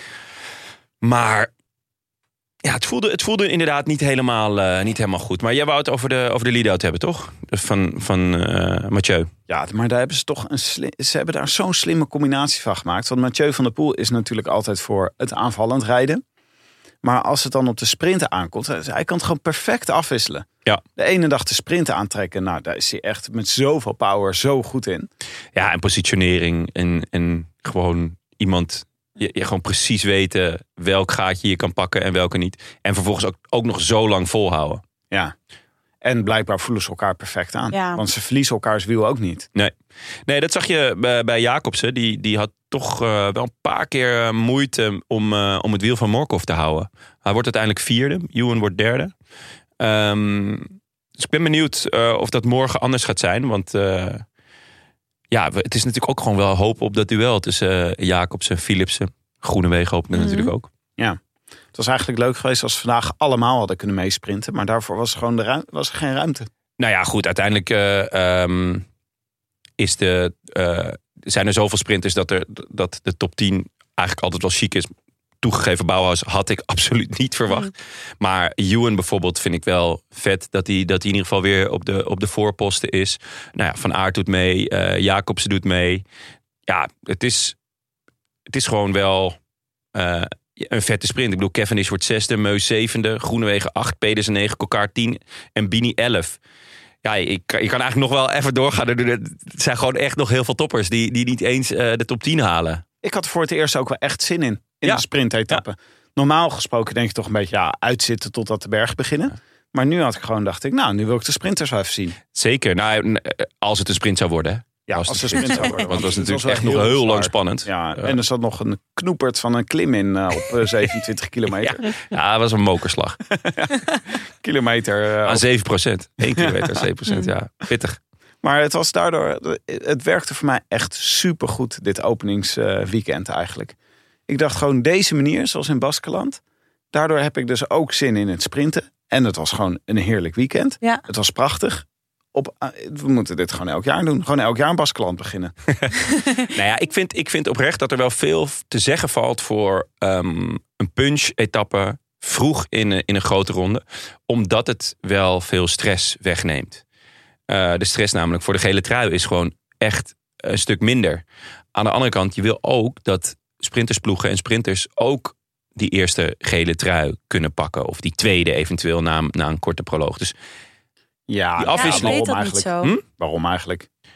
S3: Maar ja, het, voelde, het voelde inderdaad niet helemaal, eh, niet helemaal goed. Maar jij wou het over de, over de lead-out hebben, toch? Van, van eh, Mathieu.
S2: Ja, maar daar hebben ze toch een sli- ze hebben daar zo'n slimme combinatie van gemaakt. Want Mathieu van der Poel is natuurlijk altijd voor het aanvallend rijden. Maar als het dan op de sprinten aankomt, eh, hij kan het gewoon perfect afwisselen.
S3: Ja.
S2: De ene dag de sprinten aantrekken, nou daar is hij echt met zoveel power zo goed in.
S3: Ja, en positionering. En, en gewoon iemand... Je, je gewoon precies weten welk gaatje je kan pakken en welke niet. En vervolgens ook, ook nog zo lang volhouden.
S2: Ja. En blijkbaar voelen ze elkaar perfect aan.
S4: Ja.
S2: Want ze verliezen elkaars wiel ook niet.
S3: Nee, dat zag je bij, bij Jacobsen. Die, die had toch eh, wel een paar keer eh, moeite om, eh, om het wiel van Morkov te houden. Hij wordt uiteindelijk vierde. Ewan wordt derde. Ehm, dus ik ben benieuwd eh, of dat morgen anders gaat zijn. Want eh, ja, we- het is natuurlijk ook gewoon wel hoop op dat duel tussen eh, Jacobsen en Philipsen. Groenewegen hopen we
S4: Mhm.
S3: natuurlijk ook.
S2: Het was eigenlijk leuk geweest als ze vandaag allemaal hadden kunnen meesprinten. Maar daarvoor was, gewoon de ruim- was er geen ruimte.
S3: Nou ja, goed, uiteindelijk eh, ehm, is de, eh, zijn er zoveel sprinters dat, er, dat de top 10 eigenlijk altijd wel chic is. toegegeven Bauhaus had ik [LAUGHS] absoluut niet verwacht. Maar Ewan bijvoorbeeld vind ik wel vet dat hij, dat hij in ieder geval weer op de, op de voorposten is. Nou ja, Van Aert doet mee, eh Jacobsen doet mee. Ja, het is, het is gewoon wel eh, een vette sprint. Ik bedoel, Cavendish wordt zesde, Meus zevende, Groenewegen acht, Pedersen negen, Kokaar tien en Bini elf. Ja, ik, kan- je kan eigenlijk nog wel even doorgaan. Er- er- Het zijn gewoon echt nog heel veel toppers die, die niet eens eh, de top 10 halen.
S2: Ik had er voor het eerst ook wel echt zin in. In
S3: Ja.
S2: de sprintetappe. Normaal gesproken denk je toch een beetje ja, uitzitten totdat de berg beginnen. Maar nu had ik gewoon, dacht ik, nou, nu wil ik de sprinters wel even zien.
S3: Zeker. Nou, eh, als het een sprint zou worden. hè.
S2: Ja, als,
S3: het
S2: de sprint zou worden.
S3: [LAUGHS] Want het was natuurlijk
S2: wel
S3: echt nog heel lang
S2: zwaar.
S3: spannend. Ja.
S2: Ja, en er zat nog een knoepert van een klim in eh, op
S3: [LAUGHS]
S2: eh, 27 kilometer.
S3: het was een mokerslag.
S2: kilometer. eh,
S3: Aan 7 procent. 1 kilometer, 7 procent. Ja, pittig.
S2: Maar het was daardoor, het werkte voor mij echt supergoed dit openingsweekend eigenlijk. Ik dacht gewoon deze manier, zoals in Baskeland. Daardoor heb ik dus ook zin in het sprinten. En het was gewoon een heerlijk weekend.
S4: Ja.
S2: Het was prachtig. Op, we moeten dit gewoon elk jaar doen. Gewoon elk jaar in Baskeland beginnen.
S3: [LAUGHS] Nou ja, ik vind, ik vind oprecht dat er wel veel te zeggen valt voor ehm, een punch-etappe vroeg in, een- in een grote ronde. Omdat het wel veel stress wegneemt. Eh, de stress namelijk voor de gele trui is gewoon echt een stuk minder. Aan de andere kant, je wil ook dat sprintersploegen en sprinters ook die eerste gele trui kunnen pakken. Of die tweede eventueel na, na een korte proloog. Dus
S2: Ja,
S3: Die
S4: Ja, ik
S3: afwisseling.
S4: weet
S2: waarom
S4: dat niet
S2: eigenlijk?
S4: zo.
S3: Hm?
S2: Waarom eigenlijk? Het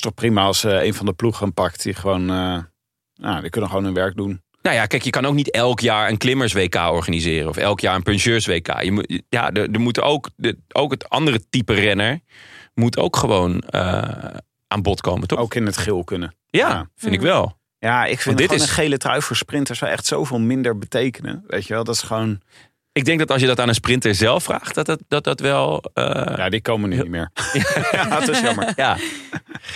S2: is toch prima als eh, een van de ploegen hem pakt die gewoon... eh, nou, die kunnen gewoon hun werk doen.
S3: Nou ja, kijk, je kan ook niet elk jaar een klimmers-WK organiseren. Of elk jaar een puncheurs-WK. Je moet- je- Ja, er, er moet ook, de, ook het andere type renner moet ook gewoon eh, aan bod komen, toch?
S2: Ook in het geel kunnen.
S3: ja,
S2: ja.
S3: vind ik wel.
S2: Ja, ik vind
S3: dit
S2: gewoon
S3: is-
S2: een gele trui voor sprinters zou echt zoveel minder betekenen. Weet je wel, dat is gewoon...
S3: Ik denk dat als je dat aan een sprinter zelf vraagt, dat dat, dat, dat wel... eh,
S2: Ja, die komen nu niet meer. [LAUGHS] ja, dat is jammer. [LAUGHS]
S3: ja.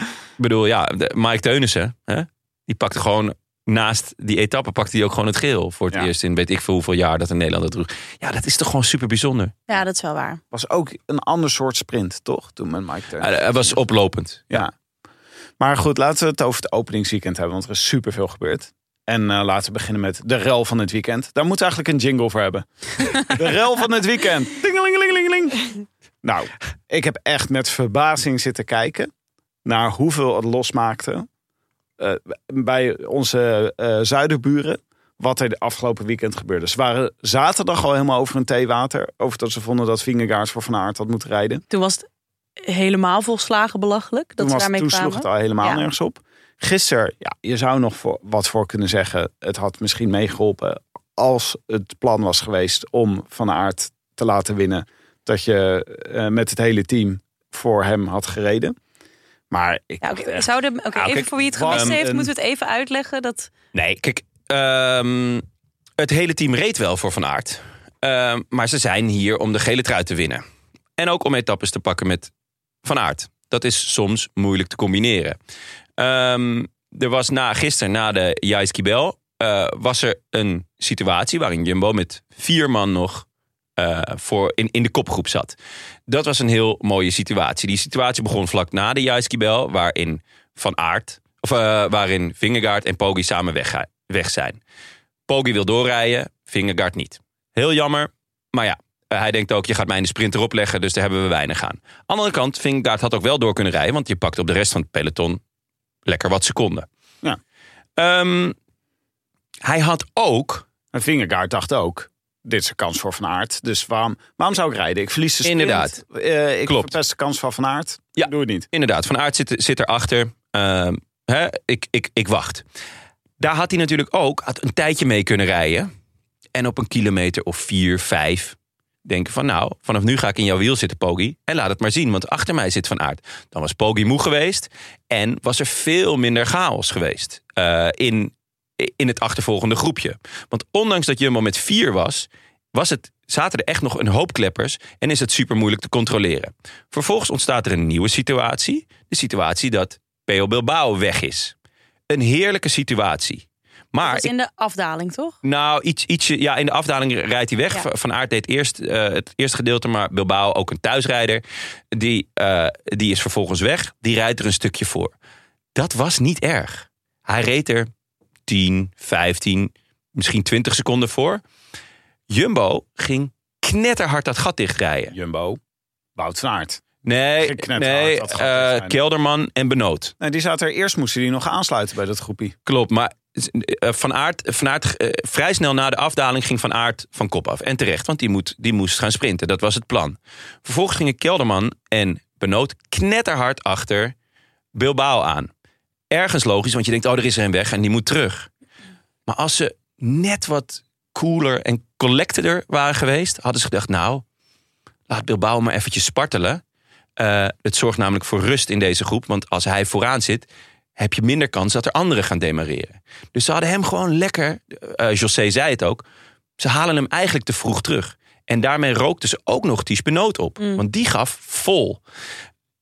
S3: Ik bedoel, ja, de- Mike Teunissen, hè, die pakte gewoon naast die etappe, pakte hij ook gewoon het geel. Voor het
S2: Ja.
S3: eerst in weet ik veel hoeveel jaar dat een Nederlander droeg. Ja, dat is toch gewoon super bijzonder.
S4: Ja, dat is wel waar.
S2: Was ook een ander soort sprint, toch? Toen met Mike Turner.
S3: Hij, hij was oplopend.
S2: Ja. Maar goed, laten we het over het openingsweekend hebben, want er is superveel gebeurd. En eh, laten we beginnen met de rel van het weekend. Daar moeten we eigenlijk een jingle voor hebben. De rel van het weekend. Dingelingelingeling. Nou, ik heb echt met verbazing zitten kijken naar hoeveel het losmaakte eh, bij onze eh, zuiderburen. Wat er de afgelopen weekend gebeurde. Ze waren zaterdag al helemaal over hun theewater. Over dat ze vonden dat Vingegaard voor Van Aert had moeten rijden
S4: Toen was het helemaal volslagen belachelijk dat
S2: toen
S4: ze
S2: was,
S4: daarmee
S2: toen
S4: kwamen.
S2: sloeg het al helemaal
S4: Ja.
S2: nergens op. Gisteren, ja, je zou nog voor, wat voor kunnen zeggen. Het had misschien meegeholpen als het plan was geweest om Van Aert te laten winnen. Dat je eh, met het hele team voor hem had gereden. Maar ik
S4: Ja,
S2: dacht eh,
S4: oké,
S2: echt,
S4: zouden, oké,
S3: Nou,
S4: even
S3: kijk,
S4: voor wie het
S2: wat
S4: gemist heeft,
S2: een-
S4: moeten we het even uitleggen. Dat,
S3: Nee, kijk, ehm, het hele team reed wel voor Van Aert. Ehm, maar ze zijn hier om de gele trui te winnen. En ook om etappes te pakken met Van Aert. Dat is soms moeilijk te combineren. Ehm, er was na, gisteren, na de Jaiski Bel, eh, was er een situatie waarin Jumbo met vier man nog eh, voor in, in de kopgroep zat. Dat was een heel mooie situatie. Die situatie begon vlak na de Jaiski Bel, waarin Van Aert, of, eh, waarin Vingegaard en Poggi samen weg, weg zijn. Poggi wil doorrijden, Vingegaard niet. Heel jammer, maar ja, eh, hij denkt ook, je gaat mij in de sprint erop leggen, dus daar hebben we weinig aan. Aan de andere kant, Vingegaard had ook wel door kunnen rijden, want je pakt op de rest van het peloton lekker wat seconden.
S2: Ja.
S3: Ehm, hij had ook,
S2: Een vingergaard dacht ook. Dit is een kans voor Van Aert. Dus waarom, waarom zou ik rijden? Ik verlies de sprint.
S3: Inderdaad.
S2: Eh, ik
S3: Klopt.
S2: verpest de kans van Van Aert.
S3: Ja.
S2: Doe het niet.
S3: inderdaad, Van Aert zit, zit erachter. Ehm hè, ik, ik, ik wacht. Daar had hij natuurlijk ook had een tijdje mee kunnen rijden. En op een kilometer of vier, vijf denken van... nou, vanaf nu ga ik in jouw wiel zitten, Pogi. En laat het maar zien, want achter mij zit Van Aert. Dan was Pogi moe geweest. En was er veel minder chaos geweest eh, in, in het achtervolgende groepje. Want ondanks dat Jumbo met vier was... was het, zaten er echt nog een hoop kleppers... en is het super moeilijk te controleren. Vervolgens ontstaat er een nieuwe situatie. De situatie dat P.O. Bilbao weg is. Een heerlijke situatie. Maar
S4: dat is
S3: ik-
S4: in de afdaling, toch?
S3: nou, iets, ietsje, ja, in de afdaling rijdt hij weg.
S4: Ja.
S3: Va- Van Aert deed eerst eh, het eerste gedeelte, maar Bilbao, ook een thuisrijder, die, eh, die is vervolgens weg. Die rijdt er een stukje voor. Dat was niet erg. Hij reed er 10, 15, misschien 20 seconden voor. Jumbo ging knetterhard dat gat dichtrijden.
S2: Jumbo, Wout van Aert.
S3: Nee,
S2: Ging knetterhard
S3: nee
S2: dat gat
S3: eh,
S2: dichtrijden.
S3: Kelderman en Benoot.
S2: Nee, die zaten er eerst, moesten die nog aansluiten bij dat groepie.
S3: Klopt, maar eh, Van Aert, van Aert eh, vrij snel na de afdaling ging Van Aert van kop af. En terecht, want die, moet, die moest gaan sprinten. Dat was het plan. Vervolgens gingen Kelderman en Benoot knetterhard achter Bilbao aan. Ergens logisch, want je denkt, oh, er is er een weg en die moet terug. Maar als ze net wat cooler en collecteder waren geweest... hadden ze gedacht, nou, laat Bilbao maar eventjes spartelen. Eh, het zorgt namelijk voor rust in deze groep. Want als hij vooraan zit, heb je minder kans dat er anderen gaan demareren. Dus ze hadden hem gewoon lekker, eh José zei het ook, ze halen hem eigenlijk te vroeg terug. En daarmee rookten ze ook nog die Benoot op. Want die gaf vol.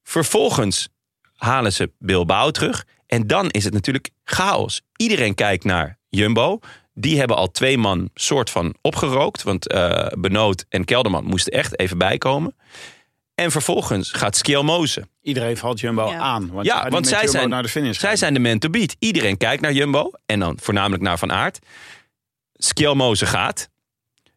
S3: Vervolgens halen ze Bilbao terug. En dan is het natuurlijk chaos. Iedereen kijkt naar Jumbo. Die hebben al twee man soort van opgerookt. Want eh Benoot en Kelderman moesten echt even bijkomen. En vervolgens gaat Skelmoze.
S2: Iedereen valt Jumbo
S4: Ja.
S2: aan. Want
S3: Ja,
S2: je kan
S3: want
S2: niet met
S3: zij
S2: Jumbo
S3: zijn-
S2: naar de finish.
S3: Zij
S2: gaan.
S3: zijn de man to beat. Iedereen kijkt naar Jumbo. En dan voornamelijk naar Van Aert. Skelmoze gaat.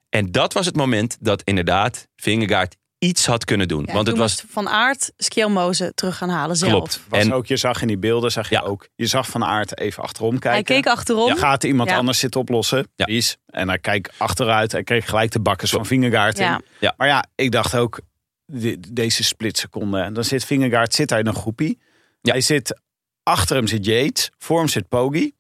S3: En dat was het moment dat inderdaad Vingegaard iets had kunnen doen.
S4: Ja,
S3: want het
S4: toen
S3: was...
S4: moest Van Aert Skelmoze terug gaan halen zelf.
S3: Klopt.
S2: Was
S3: en
S2: ook, je zag in die beelden, zag je
S3: Ja.
S2: ook. Je zag Van Aert even achterom kijken.
S4: Hij keek achterom.
S2: Gaat iemand
S4: Ja.
S2: anders zitten oplossen?
S3: Ja.
S2: Precies. En hij kijkt achteruit. Hij kreeg gelijk de bakkers van Vingegaard in.
S4: Ja.
S3: Ja.
S2: Maar ja, ik dacht ook, de- deze splitseconde. En dan zit Vingegaard zit daar in een groepie.
S3: Ja.
S2: Hij zit, achter hem zit Yates. Voor hem zit Poggi.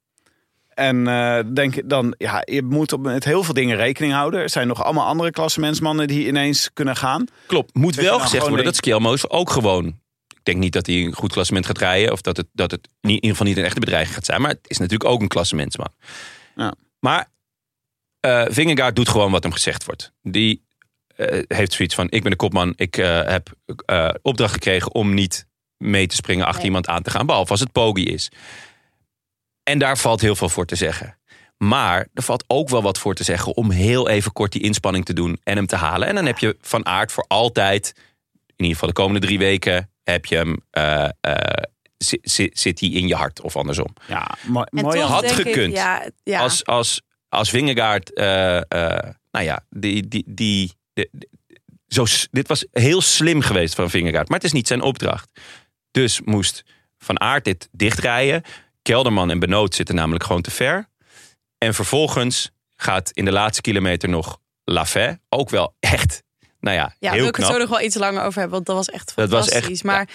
S2: En eh, denk ik dan, ja, je moet op- met heel veel dingen rekening houden. Er zijn nog allemaal andere klassementsmannen die ineens kunnen gaan.
S3: Klopt. Moet
S2: Dat je
S3: wel
S2: nou
S3: gezegd
S2: gewoon
S3: worden dat Skelmoos ook gewoon. Ik denk niet dat hij een goed klassement gaat rijden. Of dat het, dat het in ieder geval niet een echte bedreiging gaat zijn. Maar het is natuurlijk ook een klassementsman.
S2: Ja.
S3: Maar eh Vingegaard doet gewoon wat hem gezegd wordt. Die eh, heeft zoiets van: ik ben de kopman. Ik eh, heb eh, opdracht gekregen om niet mee te springen achter
S4: Nee.
S3: iemand aan te gaan. Behalve als het Poggi is. En daar valt heel veel voor te zeggen. Maar er valt ook wel wat voor te zeggen om heel even kort die inspanning te doen en hem te halen. En dan heb je van aard voor altijd, in ieder geval de komende drie weken, heb je hem. eh, eh, zi- zi- zit hij in je hart of andersom.
S2: Ja, mo-
S4: En
S2: mooi.
S4: toch eh,
S3: Had
S4: denk ik,
S3: gekund.
S4: ja, ja.
S3: Als, als, als Wingegaard, eh, eh, nou ja, die. die, die, de- de- zo, s- dit was heel slim geweest van Vingegaard, maar het is niet zijn opdracht. Dus moest Van Aert dit dichtrijden. Kelderman en Benoot zitten namelijk gewoon te ver. En vervolgens gaat in de laatste kilometer nog Lafay. Ook wel echt, nou ja,
S4: Ja, wil
S3: heel
S4: ik het zo
S3: knap.
S4: nog wel iets langer over hebben, want dat was echt
S3: Dat was echt-
S4: fantastisch. maar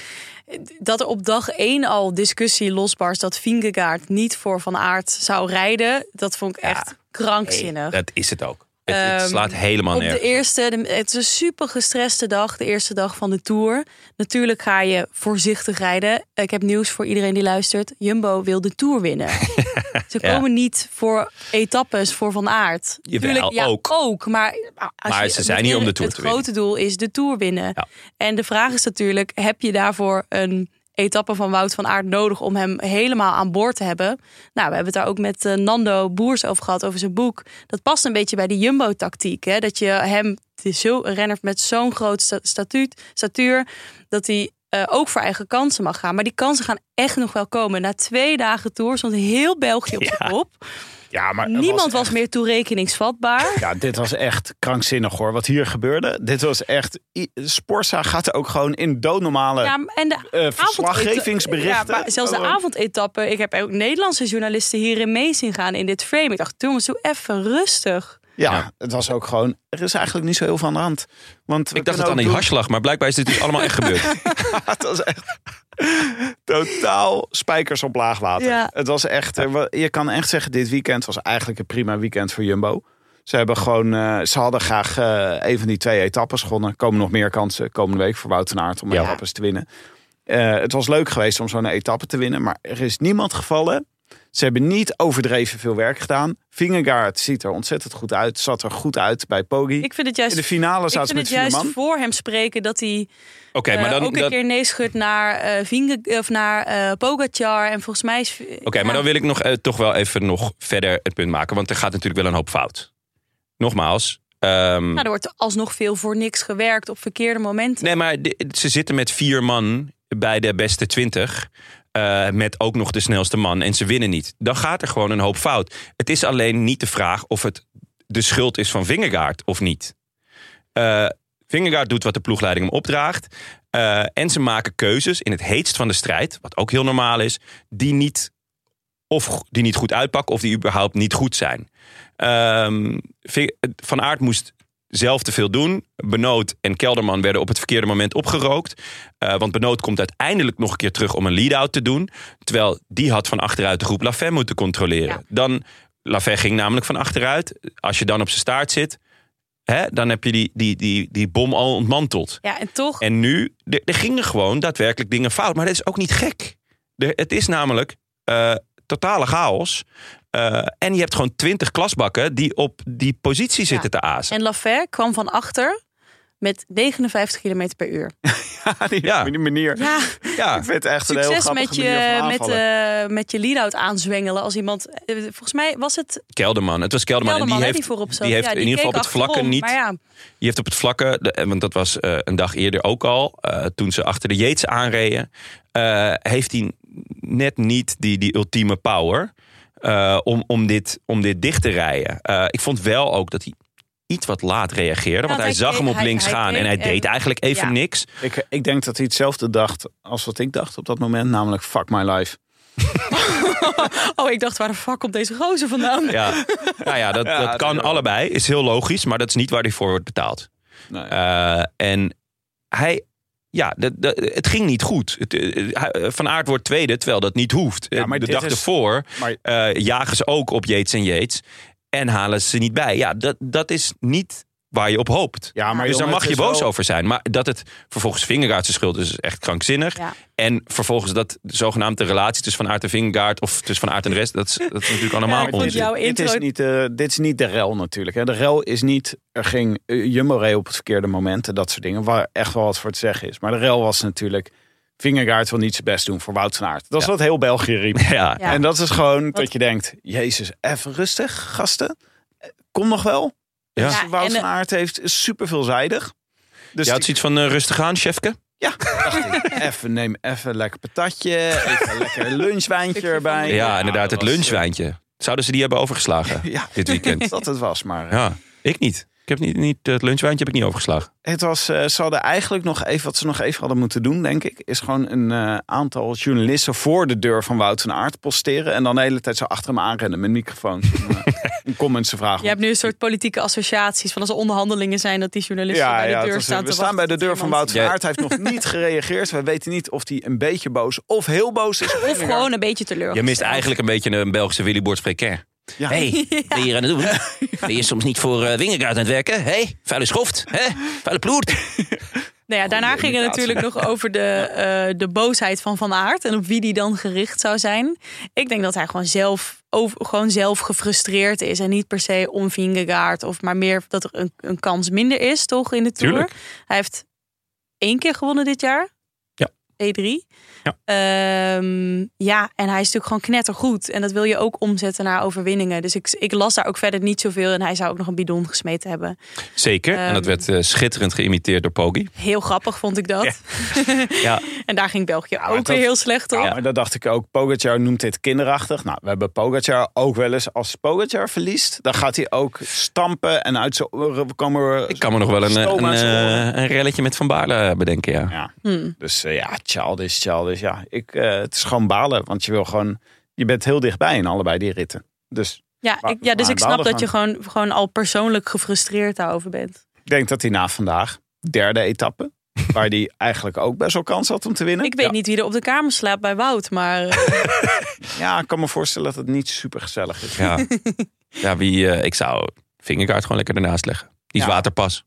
S4: dat er op dag één al discussie losbarst dat Vingegaard niet voor Van Aert zou rijden, dat vond ik echt krankzinnig.
S3: Dat is het ook. Het, het
S4: Ehm,
S3: slaat helemaal
S4: op
S3: neer.
S4: de eerste, de- het is een super gestreste dag, de eerste dag van de Tour. Natuurlijk ga je voorzichtig rijden. Ik heb nieuws voor iedereen die luistert. Jumbo wil de
S3: [LAUGHS]
S4: Tour winnen. Ze
S3: Ja.
S4: komen niet voor etappes voor Van Aert.
S3: Jawel,
S4: Tuurlijk, ja,
S3: ook.
S4: maar, ah, als
S3: Maar
S4: je-
S3: ze zijn
S4: het-
S3: hier om de Tour
S4: het
S3: te winnen.
S4: grote doel is de Tour winnen.
S3: Ja.
S4: En de vraag is natuurlijk, heb je daarvoor een etappe van Wout van Aert nodig om hem helemaal aan boord te hebben? Nou, we hebben het daar ook met eh, Nando Boers over gehad, over zijn boek. Dat past een beetje bij die Jumbo-tactiek. Hè? Dat je hem, het is zo, een renner met zo'n groot sta- statuut, statuur, dat hij eh, ook voor eigen kansen mag gaan. Maar die kansen gaan echt nog wel komen. Na twee dagen Tour stond heel
S3: [LAUGHS]
S4: België op de kop.
S2: Ja, maar het
S4: Niemand was,
S2: echt-
S4: meer toerekeningsvatbaar.
S2: Ja, dit was echt krankzinnig hoor, wat hier gebeurde. Dit was echt... i- Sporza gaat ook gewoon in doodnormale...
S4: Ja, en de
S2: eh,
S4: avond-
S2: verslaggevingsberichten.
S4: Ja, maar zelfs de
S2: Oh,
S4: avondetappe. Ik heb ook Nederlandse journalisten hierin mee zien gaan in dit frame. Ik dacht, jongens, doe even rustig.
S2: Ja,
S3: Ja.
S2: het was ook gewoon... Er is eigenlijk niet zo heel veel aan de hand. Want we
S3: ik dacht
S2: kunnen
S3: het aan
S2: ook
S3: die
S2: doen-
S3: hartslag, maar blijkbaar is dit dus allemaal echt
S4: [LAUGHS]
S3: gebeurd.
S2: Het was echt totaal spijkers op laag water.
S4: Ja.
S2: Het was echt... eh, wa- Je kan echt zeggen, dit weekend was eigenlijk een prima weekend voor Jumbo. Ze, hebben gewoon, eh, ze hadden graag eh, een van die twee etappes gewonnen. Komen nog meer kansen komende week voor Wout van Aert om
S3: Ja.
S2: etappes te winnen. Eh, het was leuk geweest om zo'n etappe te winnen, maar er is niemand gevallen. Ze hebben niet overdreven veel werk gedaan. Vingegaard ziet er ontzettend goed uit, zat er goed uit bij Poggi.
S4: Ik vind het
S2: In
S4: juist,
S2: de finale
S4: ik
S2: zaten ze
S4: vind
S2: met
S4: het
S2: vier
S4: juist
S2: man.
S4: voor hem spreken dat hij
S3: Oké, maar
S4: eh,
S3: dan,
S4: ook een
S3: dan-
S4: keer nee schudt naar, eh Vinge, of naar eh, Pogacar. En volgens mij is... Oké,
S3: Oké, maar dan wil ik nog, eh, toch wel even nog verder het punt maken. Want er gaat natuurlijk wel een hoop fout. Nogmaals. ehm,
S4: Nou, er wordt alsnog veel voor niks gewerkt op verkeerde momenten.
S3: nee, maar di- ze zitten met vier man bij de beste twintig. eh, met ook nog de snelste man en ze winnen niet. Dan gaat er gewoon een hoop fout. Het is alleen niet de vraag of het de schuld is van Vingegaard of niet. Eh Vingegaard doet wat de ploegleiding hem opdraagt. Eh, en ze maken keuzes in het heetst van de strijd, wat ook heel normaal is, die niet, of go- die niet goed uitpakken of die überhaupt niet goed zijn. Ehm, Ving- van Aert moest zelf te veel doen. Benoot en Kelderman werden op het verkeerde moment opgerookt. Eh, want Benoot komt uiteindelijk nog een keer terug om een lead-out te doen. Terwijl die had van achteruit de groep Lafay moeten controleren.
S4: Ja.
S3: Dan, Lafay ging namelijk van achteruit. Als je dan op zijn staart zit, hè, dan heb je die, die, die, die bom al ontmanteld.
S4: Ja, en toch.
S3: En nu, er, er gingen gewoon daadwerkelijk dingen fout. Maar dat is ook niet gek. Er- het is namelijk eh, totale chaos. Eh, en je hebt gewoon twintig klasbakken die op die positie zitten te azen.
S4: En Lafer kwam van achter met 59 km per uur.
S2: [LAUGHS] die
S3: Ja.
S2: die manier.
S4: Ja,
S3: Ja,
S2: Ik vind het echt een heel
S4: succes
S2: grappige
S4: met
S2: manier
S4: je,
S2: van
S4: met,
S2: aanvallen.
S4: eh, met je lead-out aanzwengelen. Als iemand, eh, volgens mij was het
S3: Kelderman. Het was Kelderman. en
S4: Kelderman hè,
S3: Oh, die
S4: die
S3: heeft,
S4: voorop zat.
S3: die heeft
S4: Ja,
S3: in ieder geval op
S4: keek
S3: het vlakke
S4: achterom,
S3: niet...
S4: Maar ja,
S3: Je hebt op het vlakke, de- eh, want dat was eh, een dag eerder ook al, eh, toen ze achter de Yates aanreden, eh, heeft hij net niet die, die ultieme power eh, om, om, dit, om dit dicht te rijden. Eh, ik vond wel ook dat hij iets wat laat reageerde, want hij,
S4: hij
S3: zag
S4: keek-
S3: hem op
S4: hij-
S3: links
S4: hij
S3: gaan
S4: keek
S3: en hij
S4: en-
S3: deed eigenlijk even
S4: ja.
S3: niks.
S2: Ik, ik denk dat hij hetzelfde dacht als wat ik dacht op dat moment. Namelijk, fuck my life.
S4: oh, ik dacht, waar de fuck komt deze gozer vandaan?
S3: Ja. [LAUGHS] nou ja, dat,
S2: Ja,
S3: dat
S2: dat is
S3: kan
S2: wel.
S3: allebei, is heel logisch, maar dat is niet waar hij voor wordt betaald.
S2: Nou ja.
S3: Eh, en hij, ja, dat- dat- het ging niet goed. Het, eh, hij- Van Aert wordt tweede, terwijl dat niet hoeft.
S2: Ja, maar
S3: de
S2: dit
S3: dag
S2: is-
S3: ervoor
S2: maar-
S3: eh, jagen ze ook op Yates en Yates en halen ze niet bij. Ja, dat, dat is niet waar je op hoopt.
S2: ja, maar
S3: dus daar
S2: jongen,
S3: mag
S2: het
S3: je
S2: is
S3: boos
S2: wel-
S3: over zijn. Maar dat het vervolgens Vingegaard zijn schuld is, is echt krankzinnig.
S4: Ja.
S3: En vervolgens dat de zogenaamde relatie tussen Van Aert en Vingegaard... of tussen Van Aart en de rest, dat is, dat is natuurlijk allemaal
S4: ik vond
S3: onzin.
S4: jouw
S2: Dit is
S4: intro-
S2: niet, eh, dit is niet de rel natuurlijk. Hè. De rel is niet, er ging eh, Jumbo reed op het verkeerde moment en dat soort dingen. Waar echt wel wat voor te zeggen is. Maar de rel was natuurlijk, Vingegaard wil niet zijn best doen voor Wout van Aert. Dat is
S3: Ja.
S2: wat heel België
S3: [LAUGHS]
S2: riep.
S3: Ja,
S4: Ja.
S2: En dat is gewoon dat je denkt, jezus, even rustig gasten. Eh, Kom nog wel.
S3: Ja.
S2: Dus
S4: Ja, en,
S2: Wout
S4: eh,
S2: van Aert heeft is super veelzijdig. Dus
S3: Je
S2: die-
S3: had zoiets van eh, rustig aan, chefke.
S2: ja, dacht [LAUGHS] ik, even neem even lekker patatje, even
S4: [LAUGHS]
S2: lekker lunchwijntje
S4: Stukje van
S2: erbij.
S4: de-
S3: Ja, inderdaad,
S2: dat
S3: het
S2: was, eh,
S3: lunchwijntje. Zouden ze die hebben [LAUGHS] overgeslagen
S2: Ja,
S3: dit weekend?
S2: dat het was, maar... eh,
S3: Ja, ik niet. Ik heb niet, niet het lunchwijntje heb ik niet overgeslagen.
S2: Het was, eh, ze hadden eigenlijk nog even, wat ze nog even hadden moeten doen, denk ik, is gewoon een eh, aantal journalisten voor de deur van Wout van Aert posteren. En dan de hele tijd zo achter hem aanrennen met microfoons. Om,
S4: [LAUGHS]
S2: eh, om comments te vragen.
S4: Je hebt nu een soort politieke associaties van als er onderhandelingen zijn dat die journalisten bij de
S2: het
S4: deur
S2: was-
S4: staan te
S2: we staan bij de deur van Wout van
S3: Jij-
S2: Aert. Hij heeft
S4: [LAUGHS]
S2: nog niet gereageerd. We weten niet of hij een beetje boos of heel boos is.
S4: Of gewoon een beetje teleurgesteld.
S3: Je mist eigenlijk een beetje een Belgische Willy Borts precair. [LAUGHS]
S2: Ja.
S3: hey, ben je hier aan het doen? Ben je soms niet voor eh Wingegaard aan het werken? hey, vuile schoft, hè? vuile ploert.
S4: Nou ja, daarna
S3: Goeie
S4: ging het
S3: imitatie.
S4: natuurlijk nog over de, eh, de boosheid van Van Aert en op wie die dan gericht zou zijn. Ik denk dat hij gewoon zelf, over, gewoon zelf gefrustreerd is en niet per se om Vingegaard of maar meer dat er een, een kans minder is toch in de Tour.
S3: Tuurlijk.
S4: Hij heeft één keer gewonnen dit jaar.
S3: Ja.
S4: E3.
S3: Ja.
S4: Ehm, ja, en hij is natuurlijk gewoon knettergoed. En dat wil je ook omzetten naar overwinningen. Dus ik, ik las daar ook verder niet zoveel. En hij zou ook nog een bidon gesmeten hebben.
S3: Zeker, en dat
S4: Ehm.
S3: werd eh, schitterend geïmiteerd door Poggi.
S4: Heel grappig vond ik dat. [LAUGHS]
S3: Ja,
S4: En daar ging België ook
S2: dat-
S4: weer heel slecht op.
S2: Ja, maar dat dacht ik ook. Pogacar noemt dit kinderachtig. Nou, we hebben Pogacar ook wel eens. Als Pogacar verliest, dan gaat hij ook stampen en uit zijn oren komen...
S3: ik kan me nog wel een, eh,
S2: Stoom
S3: een,
S2: uit zijn oren.
S3: eh, een relletje met Van Baarle bedenken, ja.
S2: Ja.
S4: Hmm.
S2: Dus eh, ja, childish, childish. Ja, ik, eh, het is gewoon balen. Want je wil gewoon... Je bent heel dichtbij in allebei die ritten. Dus
S4: Ja,
S2: Maar-
S4: ik, ja, dus
S2: maar
S4: ik
S2: hij
S4: snap
S2: baalde
S4: dat je gewoon, gewoon al persoonlijk gefrustreerd daarover bent.
S2: ik denk dat hij na vandaag, derde etappe... [LAUGHS] waar hij eigenlijk ook best wel kans had om te winnen.
S4: Ik weet niet wie er op de kamer slaapt bij Wout,
S2: [LAUGHS]
S4: maar eh,
S2: Ja, ik kan me voorstellen dat het niet super gezellig is.
S3: Ja, ja wie, eh, ik zou Vingegaard gewoon lekker ernaast leggen. Die is
S2: Ja.
S3: waterpas.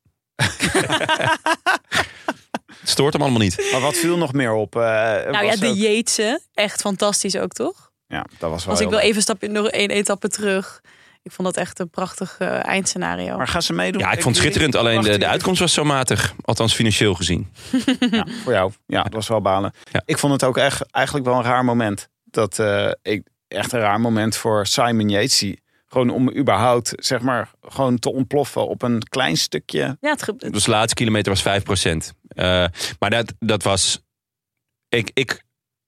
S3: Het stoort hem allemaal niet.
S2: Maar wat viel nog meer op? eh,
S4: nou ja,
S2: was
S4: de
S2: ook-
S4: Jeetse, echt fantastisch ook toch?
S2: ja, dat was wel
S4: Als ik
S2: heel
S4: wil
S2: leuk.
S4: even stap, nog één etappe terug. Ik vond dat echt een prachtig eh, eindscenario.
S2: Maar gaan ze meedoen?
S3: Ja, ik vond het schitterend. Alleen eh, de, de uitkomst was zo matig. Althans financieel gezien.
S2: Ja, voor jou. Ja, dat was wel balen.
S3: Ja.
S2: Ik vond het ook echt, eigenlijk wel een raar moment. Dat, eh, ik, echt een raar moment voor Simon Yates. die Gewoon om überhaupt, zeg maar, gewoon te ontploffen op een klein stukje.
S4: ja, het, ge- [LAUGHS] het-
S2: [LAUGHS]
S3: Dus de laatste kilometer was 5%. Eh maar dat, dat was... Ik, ik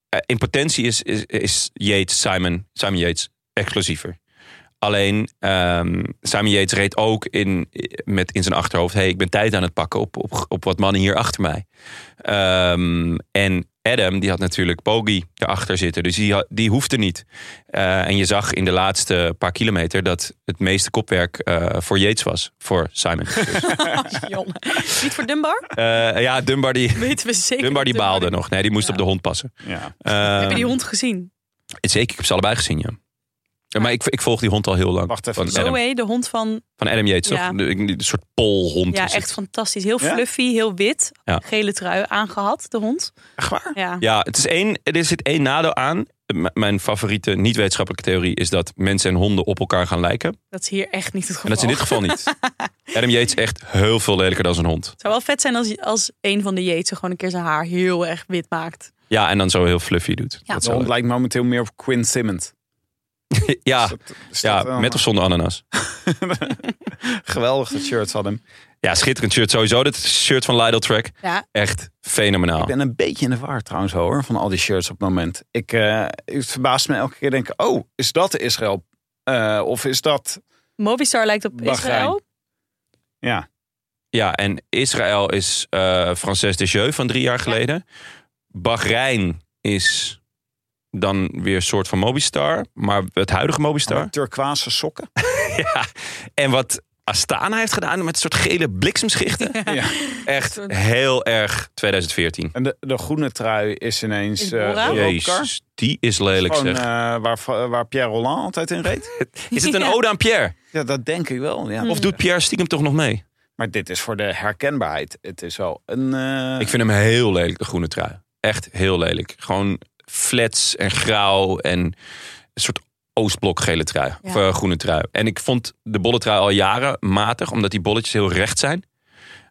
S3: eh, in potentie is, is, is Yates, Simon, Simon Yates, explosiever. Alleen ehm, Simon Yates reed ook in, met in zijn achterhoofd: hey, ik ben tijd aan het pakken op, op, op wat mannen hier achter mij. Ehm, en Adam, die had natuurlijk Bogie erachter zitten, dus die, ha- die hoefde niet. Eh, en je zag in de laatste paar kilometer dat het meeste kopwerk eh, voor Yates was, voor Simon.
S4: Ah, Jongen. Niet voor
S2: [LAUGHS]
S4: Dunbar?
S3: Eh, ja, Dunbar die,
S4: Weten we zeker.
S3: Dunbar die
S4: dat
S3: baalde nog. Nee, die moest
S4: Ja.
S3: op de hond passen.
S2: Ja.
S3: Ehm,
S4: Heb je die
S2: eh,
S4: hond gezien?
S3: Zeker, ik heb ze allebei gezien, ja. Ja, maar ik, ik volg die hond al heel lang.
S2: Wacht even,
S3: Van Adam,
S4: Zoe, de hond van...
S3: van Adam Yates,
S4: Oh, Ja.
S3: toch? De- Een soort polhond.
S4: Ja,
S3: is het.
S4: echt fantastisch. Heel
S2: Ja?
S4: fluffy, heel wit.
S3: Ja.
S4: Gele trui aangehad, de hond.
S2: Echt waar?
S4: Ja.
S3: Ja, het is één, er zit één nadeel aan. M- mijn favoriete niet-wetenschappelijke theorie is dat mensen en honden op elkaar gaan lijken.
S4: Dat is hier echt niet het
S3: En
S4: geval.
S3: dat is in dit geval
S4: [LAUGHS]
S3: niet. Adam Yates is echt heel veel lelijker dan zijn hond.
S4: Het zou wel vet zijn als, als een van de jeetsen gewoon een keer zijn haar heel erg wit maakt.
S3: Ja, en dan zo heel fluffy doet.
S4: Ja.
S3: Dat
S2: De
S3: zou-
S2: hond lijkt momenteel meer op Quinn Simmons.
S3: [LAUGHS] ja,
S2: Is dat- is dat
S3: Ah, ja
S2: wel-
S3: met of zonder ananas.
S2: Geweldig dat shirts hadden.
S3: Ja, schitterend shirt sowieso. Dat shirt van Lidl Track.
S4: Ja.
S3: Echt fenomenaal.
S2: Ik ben een beetje in de war trouwens hoor, van al die shirts op het moment. Ik, eh, het verbaast me elke keer denk ik, oh, is dat Israël? Eh, of is dat...
S4: Movistar lijkt op
S2: Bahrein.
S4: Israël.
S2: Ja,
S3: Ja, en Israël is eh Frances de Jeu van drie jaar geleden. Bahrein is dan weer een soort van Mobistar, maar het huidige Mobistar.
S2: turquoise sokken.
S3: Ja. En wat Astana heeft gedaan met een soort gele bliksemschichten.
S2: [LAUGHS] Ja.
S3: Echt heel erg 2014.
S2: En de, de groene trui is
S4: Is
S2: ineens... eh
S4: Bora?
S2: de rookcar.
S3: Jezus, die is lelijk
S2: Gewoon,
S3: zeg.
S2: eh, waar, waar Pierre Roland altijd in reed.
S3: Is het een ode aan Pierre?
S2: [LAUGHS] Ja, dat denk ik wel.
S4: Hm.
S2: Ja.
S3: Of doet Pierre stiekem toch nog mee?
S2: Maar dit is voor de herkenbaarheid. Het is wel een... eh,
S3: Ik vind hem heel lelijk, de groene trui. Echt heel lelijk. Gewoon flats en grauw en een soort Oostblok gele trui. Of eh, groene trui. En ik vond de bolle trui al jaren matig, omdat die bolletjes heel recht zijn.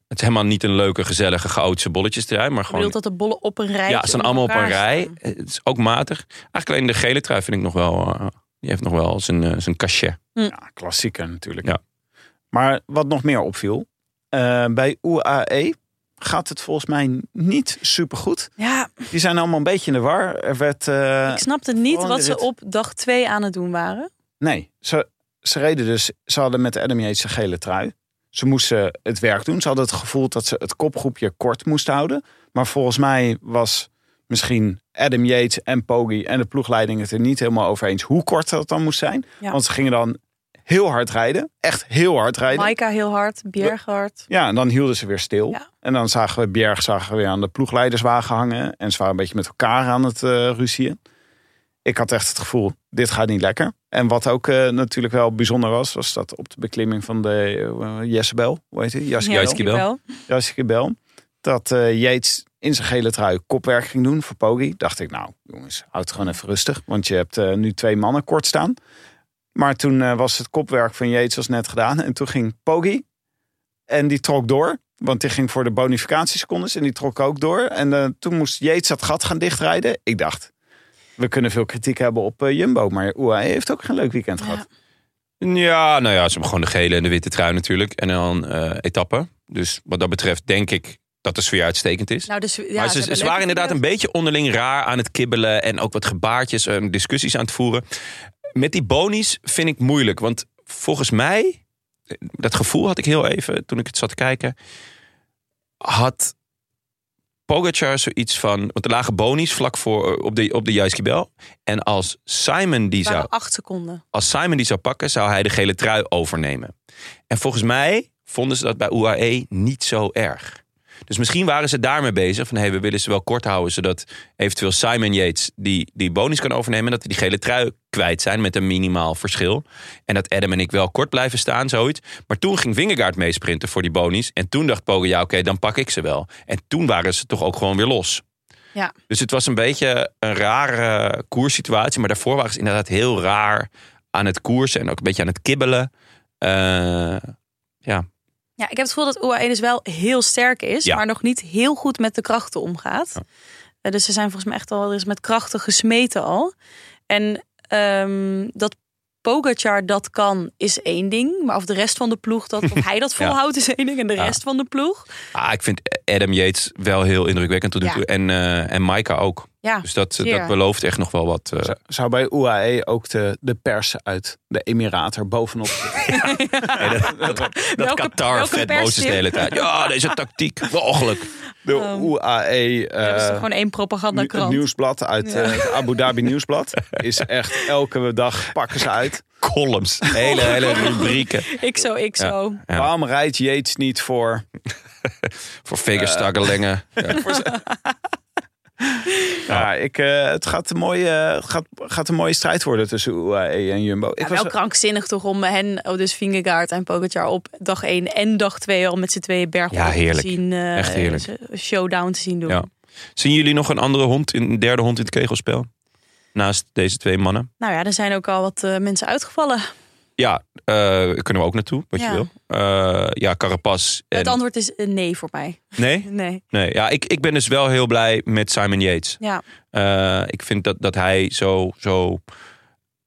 S3: Het is helemaal niet een leuke, gezellige, chaotische bolletjes trui, maar
S4: Je
S3: gewoon...
S4: bedoelt dat de bollen op een rij
S3: Ja, ze staan allemaal op een rij. Het is ook matig. Eigenlijk alleen de gele trui vind ik nog wel... eh, die heeft nog wel zijn, eh, zijn cachet.
S2: Ja, klassieker natuurlijk.
S3: Ja.
S2: Maar wat nog meer opviel, eh, bij UAE gaat het volgens mij niet supergoed.
S4: Ja,
S2: Die zijn allemaal een beetje in de war. Er werd... eh,
S4: ik snapte niet
S2: volgende
S4: wat ze
S2: rit.
S4: op dag 2 aan het doen waren.
S2: nee, ze, ze reden dus... Ze hadden met Adam Yates een gele trui. Ze moesten het werk doen. Ze hadden het gevoel dat ze het kopgroepje kort moesten houden. Maar volgens mij was misschien Adam Yates en Poggi en de ploegleiding het er niet helemaal over eens hoe kort dat dan moest zijn.
S4: Ja.
S2: Want ze gingen dan heel hard rijden. Echt heel hard rijden.
S4: Maika heel hard, Bjerg hard.
S2: Ja, en dan hielden ze weer stil.
S4: Ja.
S2: En dan zagen we Bjerg zagen we weer aan de ploegleiderswagen hangen. En ze waren een beetje met elkaar aan het eh ruzieën. Ik had echt het gevoel, dit gaat niet lekker. En wat ook eh, natuurlijk wel bijzonder was, was dat op de beklimming van de eh, Jezebel, hoe heet die? Jaskibel.
S3: Jaski wel.
S4: wel.
S2: Jaskibel. Dat eh Yates in zijn gele trui kopwerk ging doen voor Poggi. Dacht ik, nou jongens, houd gewoon even rustig. Want je hebt eh, nu twee mannen kort staan. Maar toen eh, was het kopwerk van Yates was net gedaan. En toen ging Poggi. En die trok door. Want die ging voor de bonificatiesecondes. En die trok ook door. En eh, toen moest Yates dat gat gaan dichtrijden. Ik dacht, we kunnen veel kritiek hebben op eh, Jumbo. Maar UAE heeft ook geen leuk weekend gehad.
S3: Ja, nou ja, ze hebben gewoon de gele en de witte trui natuurlijk. En dan eh etappe. Dus wat dat betreft denk ik dat de sfeer uitstekend is.
S4: Nou, dus, ja,
S3: maar ze,
S4: hebben
S3: ze
S4: leuke
S3: waren inderdaad een
S4: video's.
S3: beetje onderling raar aan het kibbelen. En ook wat gebaartjes en discussies aan het voeren. Met die bonies vind ik moeilijk. Want volgens mij, eh, dat gevoel had ik heel even toen ik het zat te kijken. Had Pogacar zoiets van... Want er lagen bonies vlak voor eh, op de, op de Jaiskibel. En als Simon die
S4: Het waren
S3: zou
S4: acht seconden.
S3: als Simon die zou pakken, zou hij de gele trui overnemen. En volgens mij vonden ze dat bij UAE niet zo erg. Dus misschien waren ze daarmee bezig. Van hey, we willen ze wel kort houden. Zodat eventueel Simon Yates die, die bonus kan overnemen. en Dat we die gele trui kwijt zijn met een minimaal verschil. En dat Adam en ik wel kort blijven staan, zoiets. Maar toen ging Wingegaard meesprinten voor die bonus. En toen dacht Pogacar, ja oké, dan pak ik ze wel. En toen waren ze toch ook gewoon weer los.
S4: Ja.
S3: Dus het was een beetje een rare koerssituatie. Maar daarvoor waren ze inderdaad heel raar aan het koersen. En ook een beetje aan het kibbelen. Eh,
S4: Ja, ik heb het gevoel dat UAE dus wel heel sterk is,
S3: Ja.
S4: maar nog niet heel goed met de krachten omgaat. Eh, Dus ze zijn volgens mij echt al eens met krachten gesmeten al. En ehm, dat Pogacar dat kan, is één ding. Maar of de rest van de ploeg dat,
S3: [LAUGHS]
S4: of hij dat volhoudt, is één ding. En de
S3: Ja.
S4: rest van de ploeg.
S3: Ah, ik vind Adam Yates wel heel indrukwekkend tot nu
S4: Ja.
S3: toe. En, eh en Maika ook.
S4: Ja,
S3: Dus dat,
S4: zeer.
S3: dat belooft echt nog wel wat. eh.
S2: Z- Zou bij UAE ook de, de pers uit de Emiraten er bovenop
S4: [LAUGHS]
S2: zitten?
S3: Nee, dat [LAUGHS] dat, dat
S4: Welke-
S3: Qatar
S4: welke
S3: vet
S4: pers
S3: boos is de hele tijd. Ja, deze tactiek. Walgelijk.
S2: De
S4: Oh.
S2: UAE, eh,
S4: dat is toch gewoon één
S2: nu- het
S4: propagandakrant.
S2: nieuwsblad uit
S4: Ja.
S2: eh, het Abu
S4: [LAUGHS]
S2: Dhabi Nieuwsblad, is echt elke dag pakken ze uit.
S3: Columns. Hele, hele rubrieken.
S4: Ik zo, ik
S3: Ja.
S4: zo.
S3: Ja.
S2: Waarom rijdt Yates niet voor
S3: Voor Vegas Staggelengen.
S2: [LAUGHS]
S3: Ja.
S2: Ja, ik, eh, het gaat een, mooie, eh, het gaat, gaat een mooie strijd worden tussen UAE en Jumbo. Ik
S4: Ja, wel krankzinnig toch om hen, oh, dus Vingegaard en Pogacar op dag 1 en dag 2 al met z'n tweeën bergen
S3: Ja,
S4: op
S3: heerlijk.
S4: te zien. eh,
S3: Echt heerlijk.
S4: ze- een Showdown te zien doen.
S3: Ja. Zien jullie nog een andere hond, in, een derde hond in het kegelspel? Naast deze twee mannen?
S4: Nou ja, er zijn ook al wat eh, mensen uitgevallen.
S3: Ja, eh, kunnen we ook naartoe, wat
S4: Ja.
S3: je wil. Eh, ja, Carapas.
S4: Het antwoord is eh, nee voor mij.
S3: Nee?
S4: Nee.
S3: Nee, ja, ik, ik ben dus wel heel blij met Simon Yates.
S4: Ja,
S3: Eh, ik vind dat, dat hij zo, zo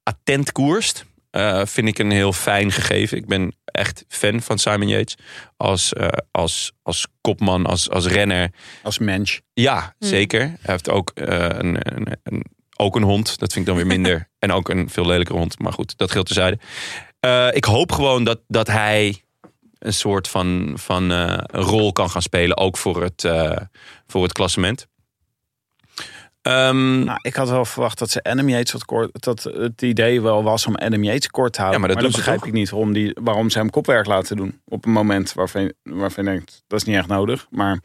S3: attent koerst. Eh, vind ik een heel fijn gegeven. Ik ben echt fan van Simon Yates. Als, eh, als, als kopman, als, als renner.
S2: als mens.
S3: Ja,
S4: Hmm.
S3: zeker. Hij heeft ook, eh, een, een, een- ook een hond. Dat vind ik dan weer minder. en ook een veel lelijker hond. Maar goed, dat geldt terzijde. Eh ik hoop gewoon dat, dat hij een soort van, van eh, een rol kan gaan spelen. Ook voor het, eh, voor het klassement. Ehm,
S2: [LAUGHS] Nou, ik had wel verwacht dat ze Adam Yates wat kort... Dat het idee wel was om Adam Yates kort te houden.
S3: Ja, maar dat doen
S2: dan
S3: ze
S2: begrijp
S3: toch?
S2: ik niet waarom, die, waarom ze hem kopwerk laten doen. Op een moment waarvan, je- waarvan je denkt, dat is niet echt nodig. Maar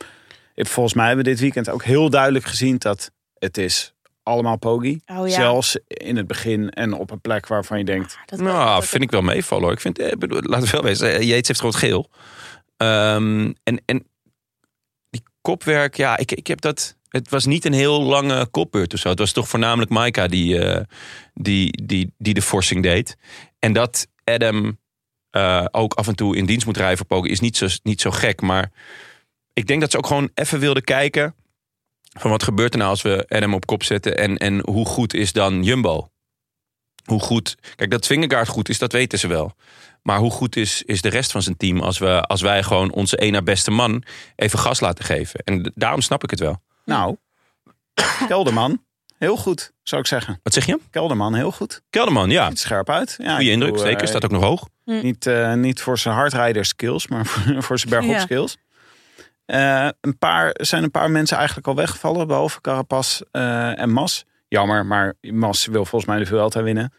S2: ik, volgens mij hebben we dit weekend ook heel duidelijk gezien dat het is allemaal pogi.
S4: oh ja.
S2: Zelfs in het begin en op een plek waarvan je denkt...
S4: Dat,
S3: nou,
S4: dat-
S3: vind ik wel meevallen hoor. Ik vind, eh, bedoel, laten we wel wezen, eh, Jeets heeft rood geel. Ehm, en, en die kopwerk, ja, ik, ik heb dat... Het was niet een heel lange kopbeurt of zo. Het was toch voornamelijk Maika die, eh, die, die, die de forcing deed. En dat Adam eh, ook af en toe in dienst moet rijden voor Poker is niet zo, niet zo gek. Maar ik denk dat ze ook gewoon even wilden kijken... van wat gebeurt er nou als we Adam op kop zetten... en, en hoe goed is dan Jumbo? hoe goed. Kijk, dat Vingegaard goed is, dat weten ze wel. Maar hoe goed is, is de rest van zijn team als, we, als wij gewoon onze één na beste man even gas laten geven? En d- daarom snap ik het wel.
S2: Nou, Kelderman, heel goed, zou ik zeggen.
S3: Wat zeg je?
S2: Kelderman, heel goed.
S3: Kelderman, ja.
S2: Ziet scherp uit. Ja,
S3: Goede
S2: ik
S3: indruk,
S2: bedoel,
S3: zeker.
S2: eh,
S3: Staat ook nog hoog.
S4: Mm.
S2: Niet, eh, niet voor zijn hardrijder skills, maar [LAUGHS] voor, voor zijn bergop
S4: Ja.
S2: skills. Eh, een paar, zijn een paar mensen eigenlijk al weggevallen, behalve Carapaz eh, en Mas. Jammer, maar Mas wil volgens mij de Vuelta winnen.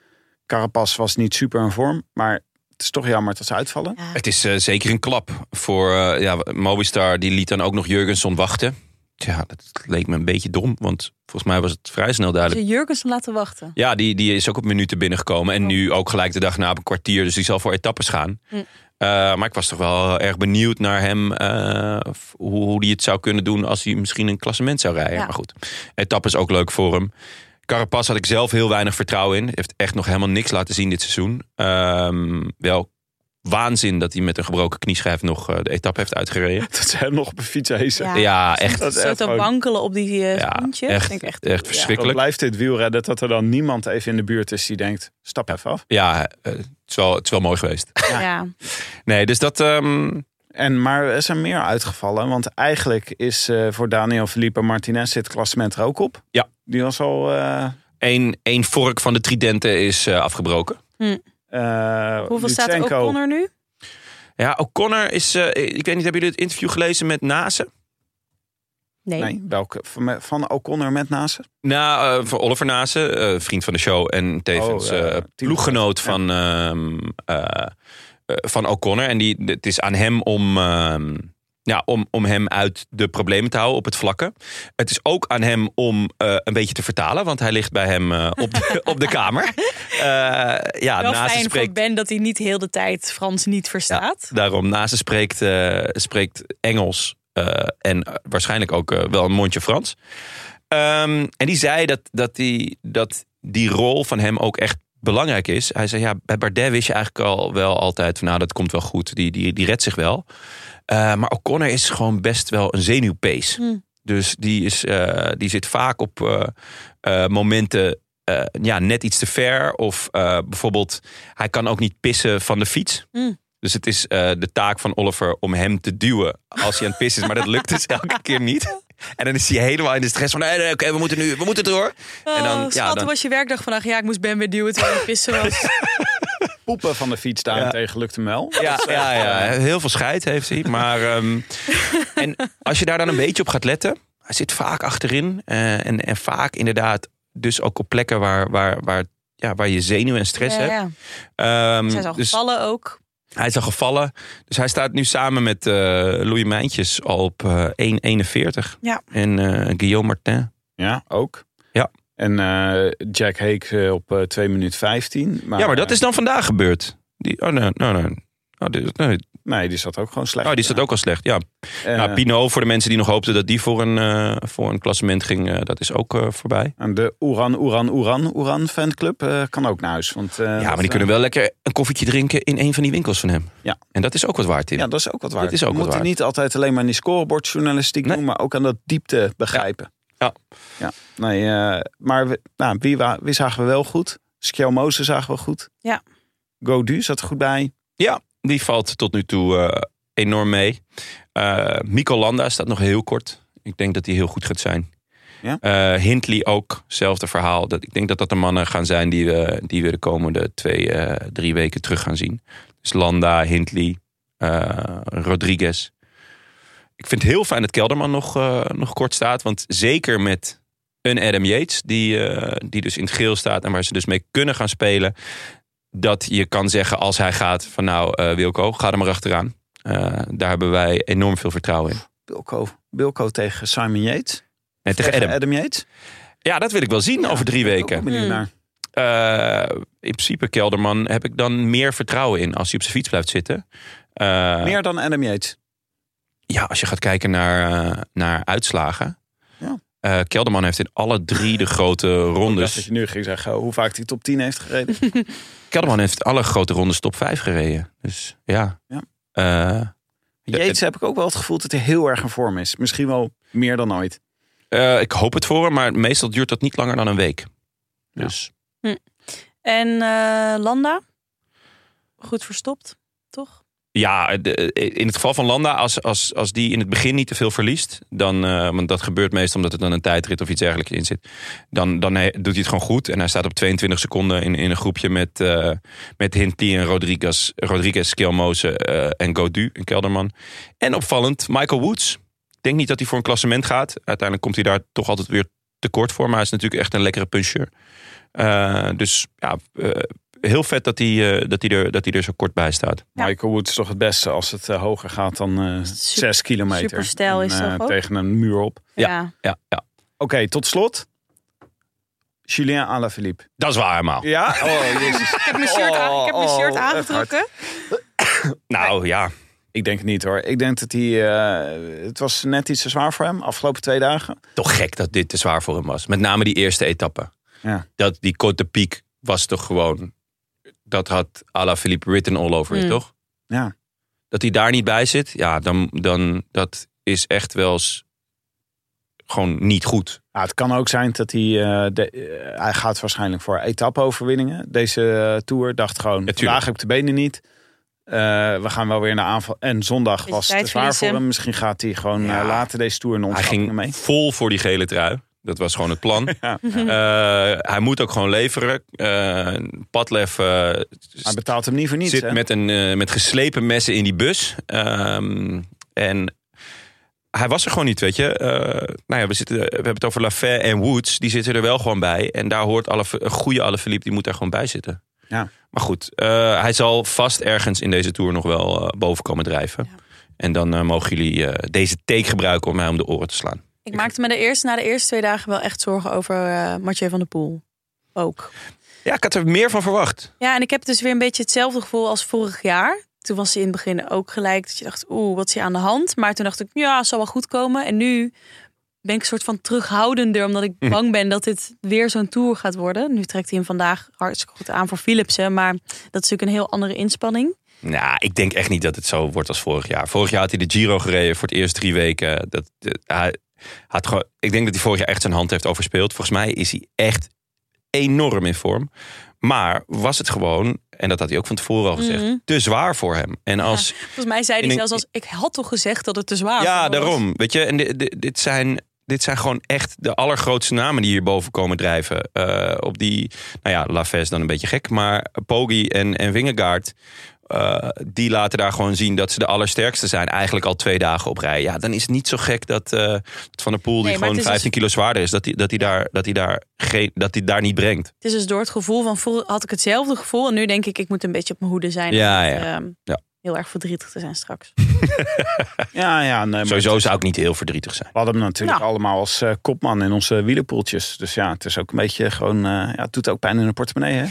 S2: Carapaz was niet super in vorm, maar het is toch jammer dat ze uitvallen.
S4: Ja.
S3: Het is eh, zeker een klap voor eh, ja, Mobistar. Die liet dan ook nog Jurgenson wachten. Ja, dat leek me een beetje dom. Want volgens mij was het vrij snel duidelijk.
S4: Ze Jurgensen laten wachten.
S3: Ja, die, die is ook op minuten binnengekomen. En nu ook gelijk de dag na op een kwartier. Dus die zal voor etappes gaan.
S4: Hm.
S3: Eh, maar ik was toch wel erg benieuwd naar hem. eh, f- hoe, hoe die het zou kunnen doen als hij misschien een klassement zou rijden.
S4: Ja.
S3: Maar goed, etappes ook leuk voor hem. Carapaz had ik zelf heel weinig vertrouwen in. Heeft echt nog helemaal niks laten zien dit seizoen. Ehm, wel waanzin dat hij met een gebroken knieschijf nog eh, de etappe heeft uitgereden.
S2: [LAUGHS] Dat ze hem nog op een fiets hezen.
S4: Ja.
S3: Ja, echt.
S2: Dat is
S4: Zo
S2: echt
S4: te
S2: gewoon-
S4: wankelen op die eh
S3: Ja,
S4: schoentjes.
S3: echt-
S4: Denk ik echt,
S3: echt
S4: ja.
S2: Dan
S3: verschrikkelijk.
S2: blijft dit wielrennen dat er dan niemand even in de buurt is die denkt, stap even af.
S3: Ja, eh, het, is wel, het is wel mooi geweest.
S4: Ja.
S3: Nee, dus dat... ehm,
S2: En, maar er zijn meer uitgevallen. Want eigenlijk is eh, voor Daniel Felipe Martinez dit klassement er ook op.
S3: Ja.
S2: Die was al... eh,
S3: Eén, één vork van de tridenten is eh, afgebroken.
S2: eh,
S4: Hoeveel staat er ook
S2: Lutsenko.
S4: onder nu?
S3: Ja, O'Connor is... eh, ik weet niet, hebben jullie het interview gelezen met Nase?
S4: Nee.
S2: Nee, welke? Van, van O'Connor met Nase?
S3: Nou, eh, van Oliver Nase, eh, vriend van de show en tevens
S2: Oh, eh,
S3: eh,
S2: teamgenoot.
S3: ploeggenoot
S2: Ja.
S3: van, ehm, eh, eh, van O'Connor. En die, het is aan hem om, ehm, ja, om, om hem uit de problemen te houden op het vlakken. Het is ook aan hem om eh, een beetje te vertalen, want hij ligt bij hem eh, op, [LAUGHS] de, op de kamer. Eh, ja,
S4: Wel
S3: Nase
S4: fijn
S3: spreekt
S4: voor Ben dat hij niet heel de tijd Frans niet verstaat.
S3: Daarom, naast ze spreekt, eh, spreekt Engels eh, en eh, waarschijnlijk ook eh, wel een mondje Frans. Ehm, en die zei dat, dat, die, dat die rol van hem ook echt belangrijk is. Hij zei, ja, bij Bardet wist je eigenlijk al wel altijd van, nou, dat komt wel goed, die, die, die redt zich wel. Eh, maar O'Connor is gewoon best wel een zenuwpees.
S4: Hm.
S3: Dus die, is, eh, die zit vaak op eh, eh, momenten eh, ja, net iets te ver. Of eh, bijvoorbeeld, hij kan ook niet pissen van de fiets.
S4: Mm.
S3: Dus het is eh, de taak van Oliver om hem te duwen als hij aan het pissen is. Maar dat lukt dus elke keer niet. En dan is hij helemaal in de stress van, nee, nee, oké, we moeten nu, we moeten door. en dan,
S4: oh,
S3: ja,
S4: schat,
S3: dan,
S4: hoe was je werkdag vandaag? Ja, ik moest Ben weer duwen terwijl ik pissen
S3: [LAUGHS]
S4: was.
S2: Poepen van de fiets daarentegen lukt hem wel.
S3: Ja, ja, ja, heel veel scheid heeft hij. Maar, [LAUGHS] ehm, en als je daar dan een beetje op gaat letten. Hij zit vaak achterin. eh, en, en vaak inderdaad dus ook op plekken waar, waar, waar, ja, waar je zenuwen en stress
S4: ja,
S3: hebt.
S4: ja.
S3: Ehm,
S4: Zij is al
S3: Mm, dus
S4: gevallen ook.
S3: hij is al gevallen. Dus hij staat nu samen met eh Louis Mijntjes al op eh, 1,41.
S4: Ja.
S3: En eh, Guillaume Martin.
S2: Ja, ook.
S3: Ja.
S2: En eh, Jack Hake eh, op eh 2 minuten 15. Maar,
S3: ja, maar dat is dan vandaag gebeurd. Die, oh, nee, nee, nee. Oh, die, nee.
S2: eh, Nee, die zat ook gewoon slecht.
S3: Oh, die staat ook al slecht. Ja,
S2: En,
S3: nou,
S2: eh,
S3: Pino, voor de mensen die nog hoopten dat die voor een, eh, voor een klassement ging, eh, dat is ook eh, voorbij.
S2: En de Oeran, Oeran, Oeran, Oeran fanclub eh, kan ook naar huis. Want, eh,
S3: ja, maar die kunnen wel lekker een koffietje drinken in een van die winkels van hem.
S2: Ja.
S3: En dat is ook wat waard, Tim.
S2: Ja, dat is ook wat waar.
S3: Dat is ook
S2: We
S3: wat
S2: moeten
S3: waard.
S2: niet altijd alleen maar in die scorebordjournalistiek
S3: Nee.
S2: doen, maar ook aan dat diepte begrijpen.
S3: Ja.
S2: ja. Nee, eh, maar we- nou, wie, wa- wie zagen we wel goed? Skjelmozen zagen we goed.
S4: Ja.
S2: Godu zat er goed bij.
S3: Die valt tot nu toe eh, enorm mee. Eh Mico Landa staat nog heel kort. Ik denk dat die heel goed gaat zijn.
S2: Ja?
S3: Eh, Hindley ook, hetzelfde verhaal. Dat, ik denk dat dat de mannen gaan zijn die we, die we de komende twee, eh, drie weken terug gaan zien. Dus Landa, Hindley, eh, Rodriguez. Ik vind het heel fijn dat Kelderman nog, eh, nog kort staat. Want zeker met een Adam Yates, die, eh, die dus in het geel staat... en waar ze dus mee kunnen gaan spelen dat je kan zeggen als hij gaat van nou eh, Wilco, ga er maar achteraan. Eh, daar hebben wij enorm veel vertrouwen in.
S2: Bilko, Bilko tegen Simon Yates.
S3: Nee, tegen Adam.
S2: Adam Yates.
S3: Ja, dat wil ik wel zien over drie
S2: Ook wel
S3: weken.
S2: benieuwd
S4: Hmm.
S2: naar.
S3: Eh, in principe, Kelderman, heb ik dan meer vertrouwen in als hij op zijn fiets blijft zitten. Eh,
S2: Meer dan Adam Yates.
S3: Ja, als je gaat kijken naar, eh, naar uitslagen.
S2: Ja.
S3: Eh, Kelderman heeft in alle drie de grote
S2: Ik dacht dat
S3: rondes.
S2: je nu ging zeggen oh, hoe vaak hij top 10 heeft gereden.
S3: Kelderman heeft alle grote rondes top 5 gereden. Dus ja.
S2: Ja.
S3: Eh, Ja,
S2: Yates heb ik ook wel het gevoel dat hij heel erg in vorm is. Misschien wel meer dan ooit.
S3: eh, ik hoop het voor hem, maar meestal duurt dat niet langer dan een week.
S2: Ja.
S3: Dus
S4: En eh, Landa? Goed verstopt, toch?
S3: Ja, de- in het geval van Landa, als, als, als die in het begin niet te veel verliest, dan, eh, want dat gebeurt meestal omdat er dan een tijdrit of iets dergelijks in zit, dan, dan he- doet hij het gewoon goed. En hij staat op 22 seconden in, in een groepje met, eh met Hindley en Rodriguez, Rodriguez Skelmoze eh, en Godu en Kelderman. En opvallend, Michael Woods. Ik denk niet dat hij voor een klassement gaat. Uiteindelijk komt hij daar toch altijd weer tekort voor, maar hij is natuurlijk echt een lekkere puncheur. Eh, dus ja, eh, heel vet dat hij, eh, dat, hij er, dat hij er zo kort bij staat.
S4: Ja.
S2: Michael Woods is toch het beste als het eh, hoger gaat dan eh zes kilometer.
S4: superstijl is
S2: En, eh,
S4: dat ook.
S2: Tegen een muur op. Oké,
S3: Ja. Ja, ja.
S2: tot slot. Julien Alaphilippe.
S3: Dat is waar helemaal.
S2: Ja? [LAUGHS] Oh, jezus.
S4: Ik heb mijn shirt, aan- ik heb mijn
S2: Oh,
S4: shirt
S2: oh,
S4: aangetrokken.
S3: Nou ja,
S2: Ik denk het niet hoor. Ik denk dat hij... eh, het was net iets te zwaar voor hem. Afgelopen twee dagen.
S3: toch gek dat dit te zwaar voor hem was. Met name die eerste etappe.
S2: Ja.
S3: Dat, die korte piek was toch gewoon... Dat had Ala Philippe written all over it,
S4: Mm.
S3: toch?
S2: Ja.
S3: Dat hij daar niet bij zit, ja, dan, dan dat is echt wel eens gewoon niet goed.
S2: Ja, Nou, het kan ook zijn dat hij... eh, de- eh, hij gaat waarschijnlijk voor etappe-overwinningen. Deze eh, Tour dacht gewoon...
S3: tuurlijk.
S2: vandaag heb ik de benen niet. Eh, we gaan wel weer naar aanval. En zondag
S4: Beetje
S2: was het te
S4: tijd
S2: zwaar voor
S4: verliezen.
S2: hem. Misschien gaat hij gewoon
S3: Ja.
S2: eh, later deze Tour een
S3: Hij
S2: ontsnapping
S3: ging
S2: mee.
S3: vol voor die gele trui. Dat was gewoon het plan.
S2: [LAUGHS] Ja.
S3: Eh, hij moet ook gewoon leveren. Eh Padlef eh,
S2: Hij betaalt hem niet voor niets.
S3: zit
S2: hè?
S3: met, een, eh, met geslepen messen in die bus. Ehm, en hij was er gewoon niet, weet je. Eh, nou ja, we, zitten, we hebben het over Lafay en Woods. Die zitten er wel gewoon bij. En daar hoort alle, een goede Alaphilippe, die moet daar gewoon bij zitten.
S2: Ja.
S3: Maar goed, eh, hij zal vast ergens in deze Tour nog wel eh, boven komen drijven. En dan eh, mogen jullie eh, deze take gebruiken om mij om de oren te slaan.
S4: Ik maakte me de eerste, na de eerste twee dagen wel echt zorgen over eh Mathieu van der Poel. Ook.
S3: Ja, ik had er meer van verwacht.
S4: Ja, en ik heb dus weer een beetje hetzelfde gevoel als vorig jaar. Toen was hij in het begin ook gelijk dat je dacht, oeh, wat is hier aan de hand? Maar toen dacht ik, ja, het zal wel goed komen. En nu ben ik een soort van terughoudender, omdat ik bang ben dat dit weer zo'n tour gaat worden. Nu trekt hij hem vandaag hartstikke goed aan voor Philipsen, maar dat is natuurlijk een heel andere inspanning.
S3: Nou, ik denk echt niet dat het zo wordt als vorig jaar. Vorig jaar had hij de Giro gereden voor het eerst drie weken. Dat, dat- hij had gewoon, ik denk dat hij vorig jaar echt zijn hand heeft overspeeld. Volgens mij is hij echt enorm in vorm. Maar was het gewoon, en dat had hij ook van tevoren al gezegd, te zwaar voor hem. En als
S4: Volgens mij zei
S3: In
S4: hij
S3: een-
S4: zelfs als, ik had toch gezegd dat het te zwaar
S3: ja,
S4: was.
S3: daarom. Weet je, en di- di- dit, zijn, dit zijn gewoon echt de allergrootste namen die hierboven komen drijven. Eh, op die, nou ja, Laves dan een beetje gek, maar Poggi en, en Vingegaard. eh, die laten daar gewoon zien dat ze de allersterkste zijn. Eigenlijk al twee dagen op rij. Ja, dan is het niet zo gek dat, eh, dat Van der Poel, die
S4: Nee, maar
S3: gewoon
S4: het is dus als-
S3: 15 kilo zwaarder is, dat hij dat die daar, dat die daar, geen- dat die daar niet brengt.
S4: Het is dus door het gevoel van vroeger had ik hetzelfde gevoel. En nu denk ik, ik moet een beetje op mijn hoede zijn.
S3: Ja,
S4: en,
S3: ja.
S4: ehm,
S3: Ja.
S4: Heel erg verdrietig te zijn
S3: [LAUGHS]
S4: straks.
S2: Ja, ja. Nee, maar
S3: Sowieso zou ik niet heel verdrietig zijn.
S2: We hadden hem natuurlijk
S4: Nou.
S2: allemaal als eh, kopman in onze wielerpoeltjes. Dus ja, het is ook een beetje gewoon... eh, ja, het doet ook pijn in de portemonnee,
S3: [LAUGHS]
S2: hè?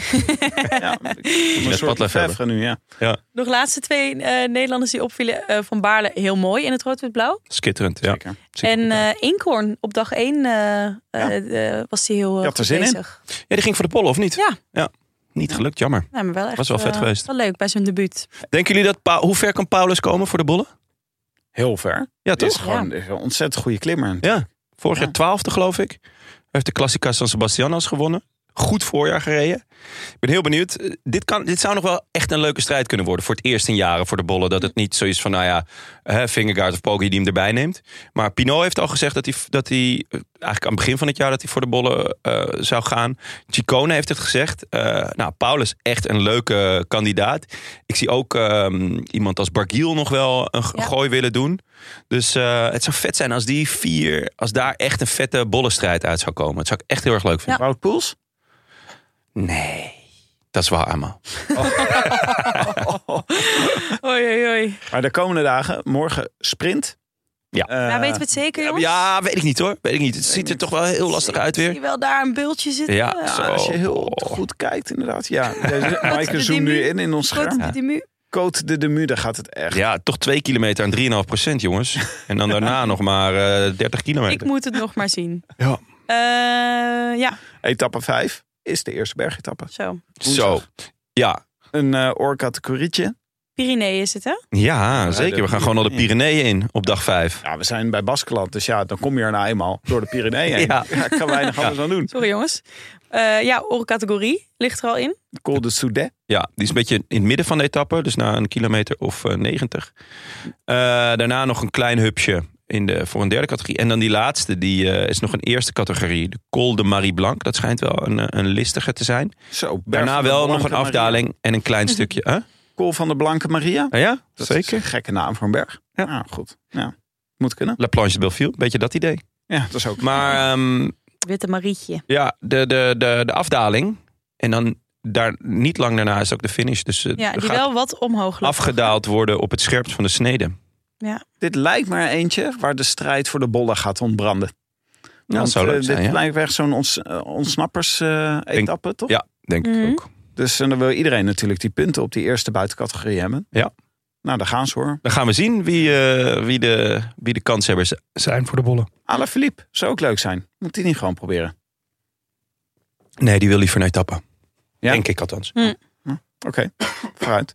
S2: ja, een soort
S3: padlef
S2: lefevre nu, ja.
S4: Nog laatste twee eh, Nederlanders die opvielen. eh, van Baarle heel mooi in het rood-wit-blauw.
S3: Skitterend, ja.
S2: Zeker.
S4: En
S3: ja,
S4: eh, Inkhorn op dag één eh, eh, eh, was hij heel eh,
S2: had er
S4: goed
S2: zin in.
S4: bezig.
S3: die ging voor de pollen, of niet?
S4: Ja.
S3: ja. Niet gelukt, jammer.
S4: Nou, maar wel echt,
S3: Was wel vet
S4: eh,
S3: geweest.
S4: Wel leuk bij zijn
S3: [LAUGHS]
S4: debuut.
S3: Denken jullie dat Pau- hoe ver kan Paulus komen voor de bollen?
S2: Heel ver.
S3: Ja,
S2: Het is
S3: toch?
S2: gewoon een ontzettend goede klimmer.
S3: Ja. Vorig
S2: Ja.
S3: jaar twaalfde, geloof ik. Hij heeft de Classica San Sebastianos gewonnen. Goed voorjaar gereden. Ik ben heel benieuwd. Eh, Dit, kan, dit zou nog wel echt een leuke strijd kunnen worden. Voor het eerst in jaren voor de bollen. Dat het niet zo is van, nou ja, hè, Fingergaard of Poggi die hem erbij neemt. Maar Pinot heeft al gezegd dat hij, dat hij eh, eigenlijk aan het begin van het jaar, dat hij voor de bollen eh, zou gaan. Ciccone heeft het gezegd. Eh, nou, Paulus echt een leuke kandidaat. Ik zie ook ehm, iemand als Bargiel nog wel een g-
S4: Ja.
S3: gooi willen doen. Dus eh, het zou vet zijn als die vier, als daar echt een vette bollenstrijd uit zou komen. Dat zou ik echt heel erg leuk vinden.
S2: Wout Poels?
S3: Nee, dat is wel allemaal.
S4: Oei, oei, oei.
S2: Maar de komende dagen, morgen sprint.
S3: Ja.
S2: Eh,
S4: maar Nou, weten we het zeker, jongens?
S3: Ja, weet ik niet hoor. Weet ik niet. Het ziet er toch wel heel lastig uit
S4: Zie
S3: weer.
S4: je wel daar een bultje zitten?
S3: Ja,
S4: Eh,
S3: zo.
S2: ja, als je heel
S3: Oh.
S2: goed kijkt,
S3: [LAUGHS]
S2: inderdaad. Ja, deze, Maaike
S4: de
S2: zoomt nu
S4: Dimi?
S2: in in ons
S4: Grote
S2: scherm.
S4: Dimu.
S2: Cote de Demu, daar gaat het echt.
S3: Ja, toch twee kilometer aan 3,5 procent, jongens. En dan [LAUGHS] daarna nog maar eh 30
S4: Ik
S3: kilometer.
S4: moet het nog maar zien.
S3: Ja.
S4: Eh, ja,
S2: Etappe 5 is de eerste bergetappe.
S4: zo.
S3: Zo. Ja,
S2: Een eh oorcategorietje.
S4: Pyreneeën is het, hè?
S3: ja
S2: de
S3: zeker. We gaan gewoon al de Pyreneeën in op dag 5.
S2: Ja, we zijn bij Baskeland, dus ja, dan kom je er nou eenmaal door de
S3: [LAUGHS]
S2: Pyreneeën. heen.
S3: Ja.
S2: Ja. ik kan weinig anders aan doen.
S4: Sorry, jongens. Eh, ja, categorie ligt er al in.
S2: Col de Soudet.
S3: Ja, die is een beetje in het midden van de etappe. Dus na een kilometer of eh, 90. Eh, daarna nog een klein hupsje in de, voor een derde categorie. En dan die laatste, die eh, is nog een eerste categorie. De Col de Marie Blanc. Dat schijnt wel een, eh, een listige te zijn.
S2: Zo, Berg
S3: Daarna
S2: van de
S3: wel nog
S2: Blanke
S3: een
S2: Maria.
S3: afdaling en een
S2: [LAUGHS]
S3: klein stukje. Hè?
S2: Col van de Blanke Maria.
S3: Ah ja,
S2: Dat is een gekke naam voor een berg. Ja, goed. Ja, moet kunnen.
S3: La Planche de Belleville, beetje dat idee.
S2: Ja, dat is ook.
S3: Maar ehm,
S4: Witte Marietje.
S3: ja, de, de, de, de afdaling. En dan daar, niet lang daarna is ook de finish. Dus eh,
S4: Ja,
S3: er
S4: die
S3: gaat
S4: wel wat omhoog loopt.
S3: afgedaald worden op het scherpst van de snede. Nou,
S2: Dit lijkt maar eentje waar de strijd voor de bollen gaat ontbranden.
S3: Nou,
S2: Want,
S3: dat zou leuk
S2: eh,
S3: zijn,
S2: dit
S3: ja.
S2: lijkt echt zo'n ons, eh, ontsnappers-etappe, toch?
S3: Ja, denk
S4: Mhm.
S3: ik ook.
S2: Dus en dan wil iedereen natuurlijk die punten op die eerste buitencategorie hebben.
S3: Ja.
S2: Nou, daar gaan ze hoor.
S3: Dan gaan we zien wie, eh, wie, de, wie de kanshebbers zijn voor de bollen.
S2: Alain Philippe zou ook leuk zijn. Moet hij niet gewoon proberen.
S3: Nee, die wil liever naar etappen.
S2: Ja?
S3: Denk ik
S2: [LAUGHS]
S3: althans.
S2: Oké, [COUGHS] vooruit.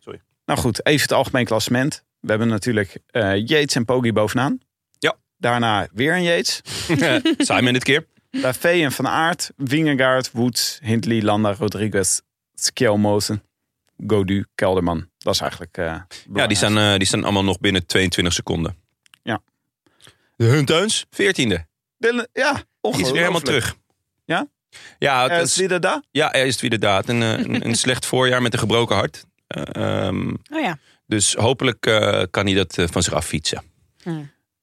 S3: Sorry.
S2: Nou goed, even het algemeen klassement. We hebben natuurlijk eh Yates en Poggi bovenaan.
S3: Ja.
S2: Daarna weer een Yates.
S3: Simon dit keer.
S2: Lafay en Van Aert, Wingegaard, Woods, Hindley, Landa, Rodriguez, Skjelmozen, Godu, Kelderman. Dat is eigenlijk... eh,
S3: Ja, die
S2: belangrijk.
S3: staan, eh, die staan allemaal nog binnen 22 seconden.
S2: Ja.
S3: De Hunteuns, 14e.
S2: Dylan- ja,
S3: Die is
S2: ongelooflijk.
S3: weer helemaal terug.
S2: Ja?
S3: Ja, het
S2: Eh,
S3: is,
S2: Zidada?
S3: ja, er is het inderdaad. Een, eh, een, een slecht voorjaar met een gebroken hart. Eh, ehm,
S4: Oh ja.
S3: dus hopelijk eh, kan hij dat eh, van zich affietsen.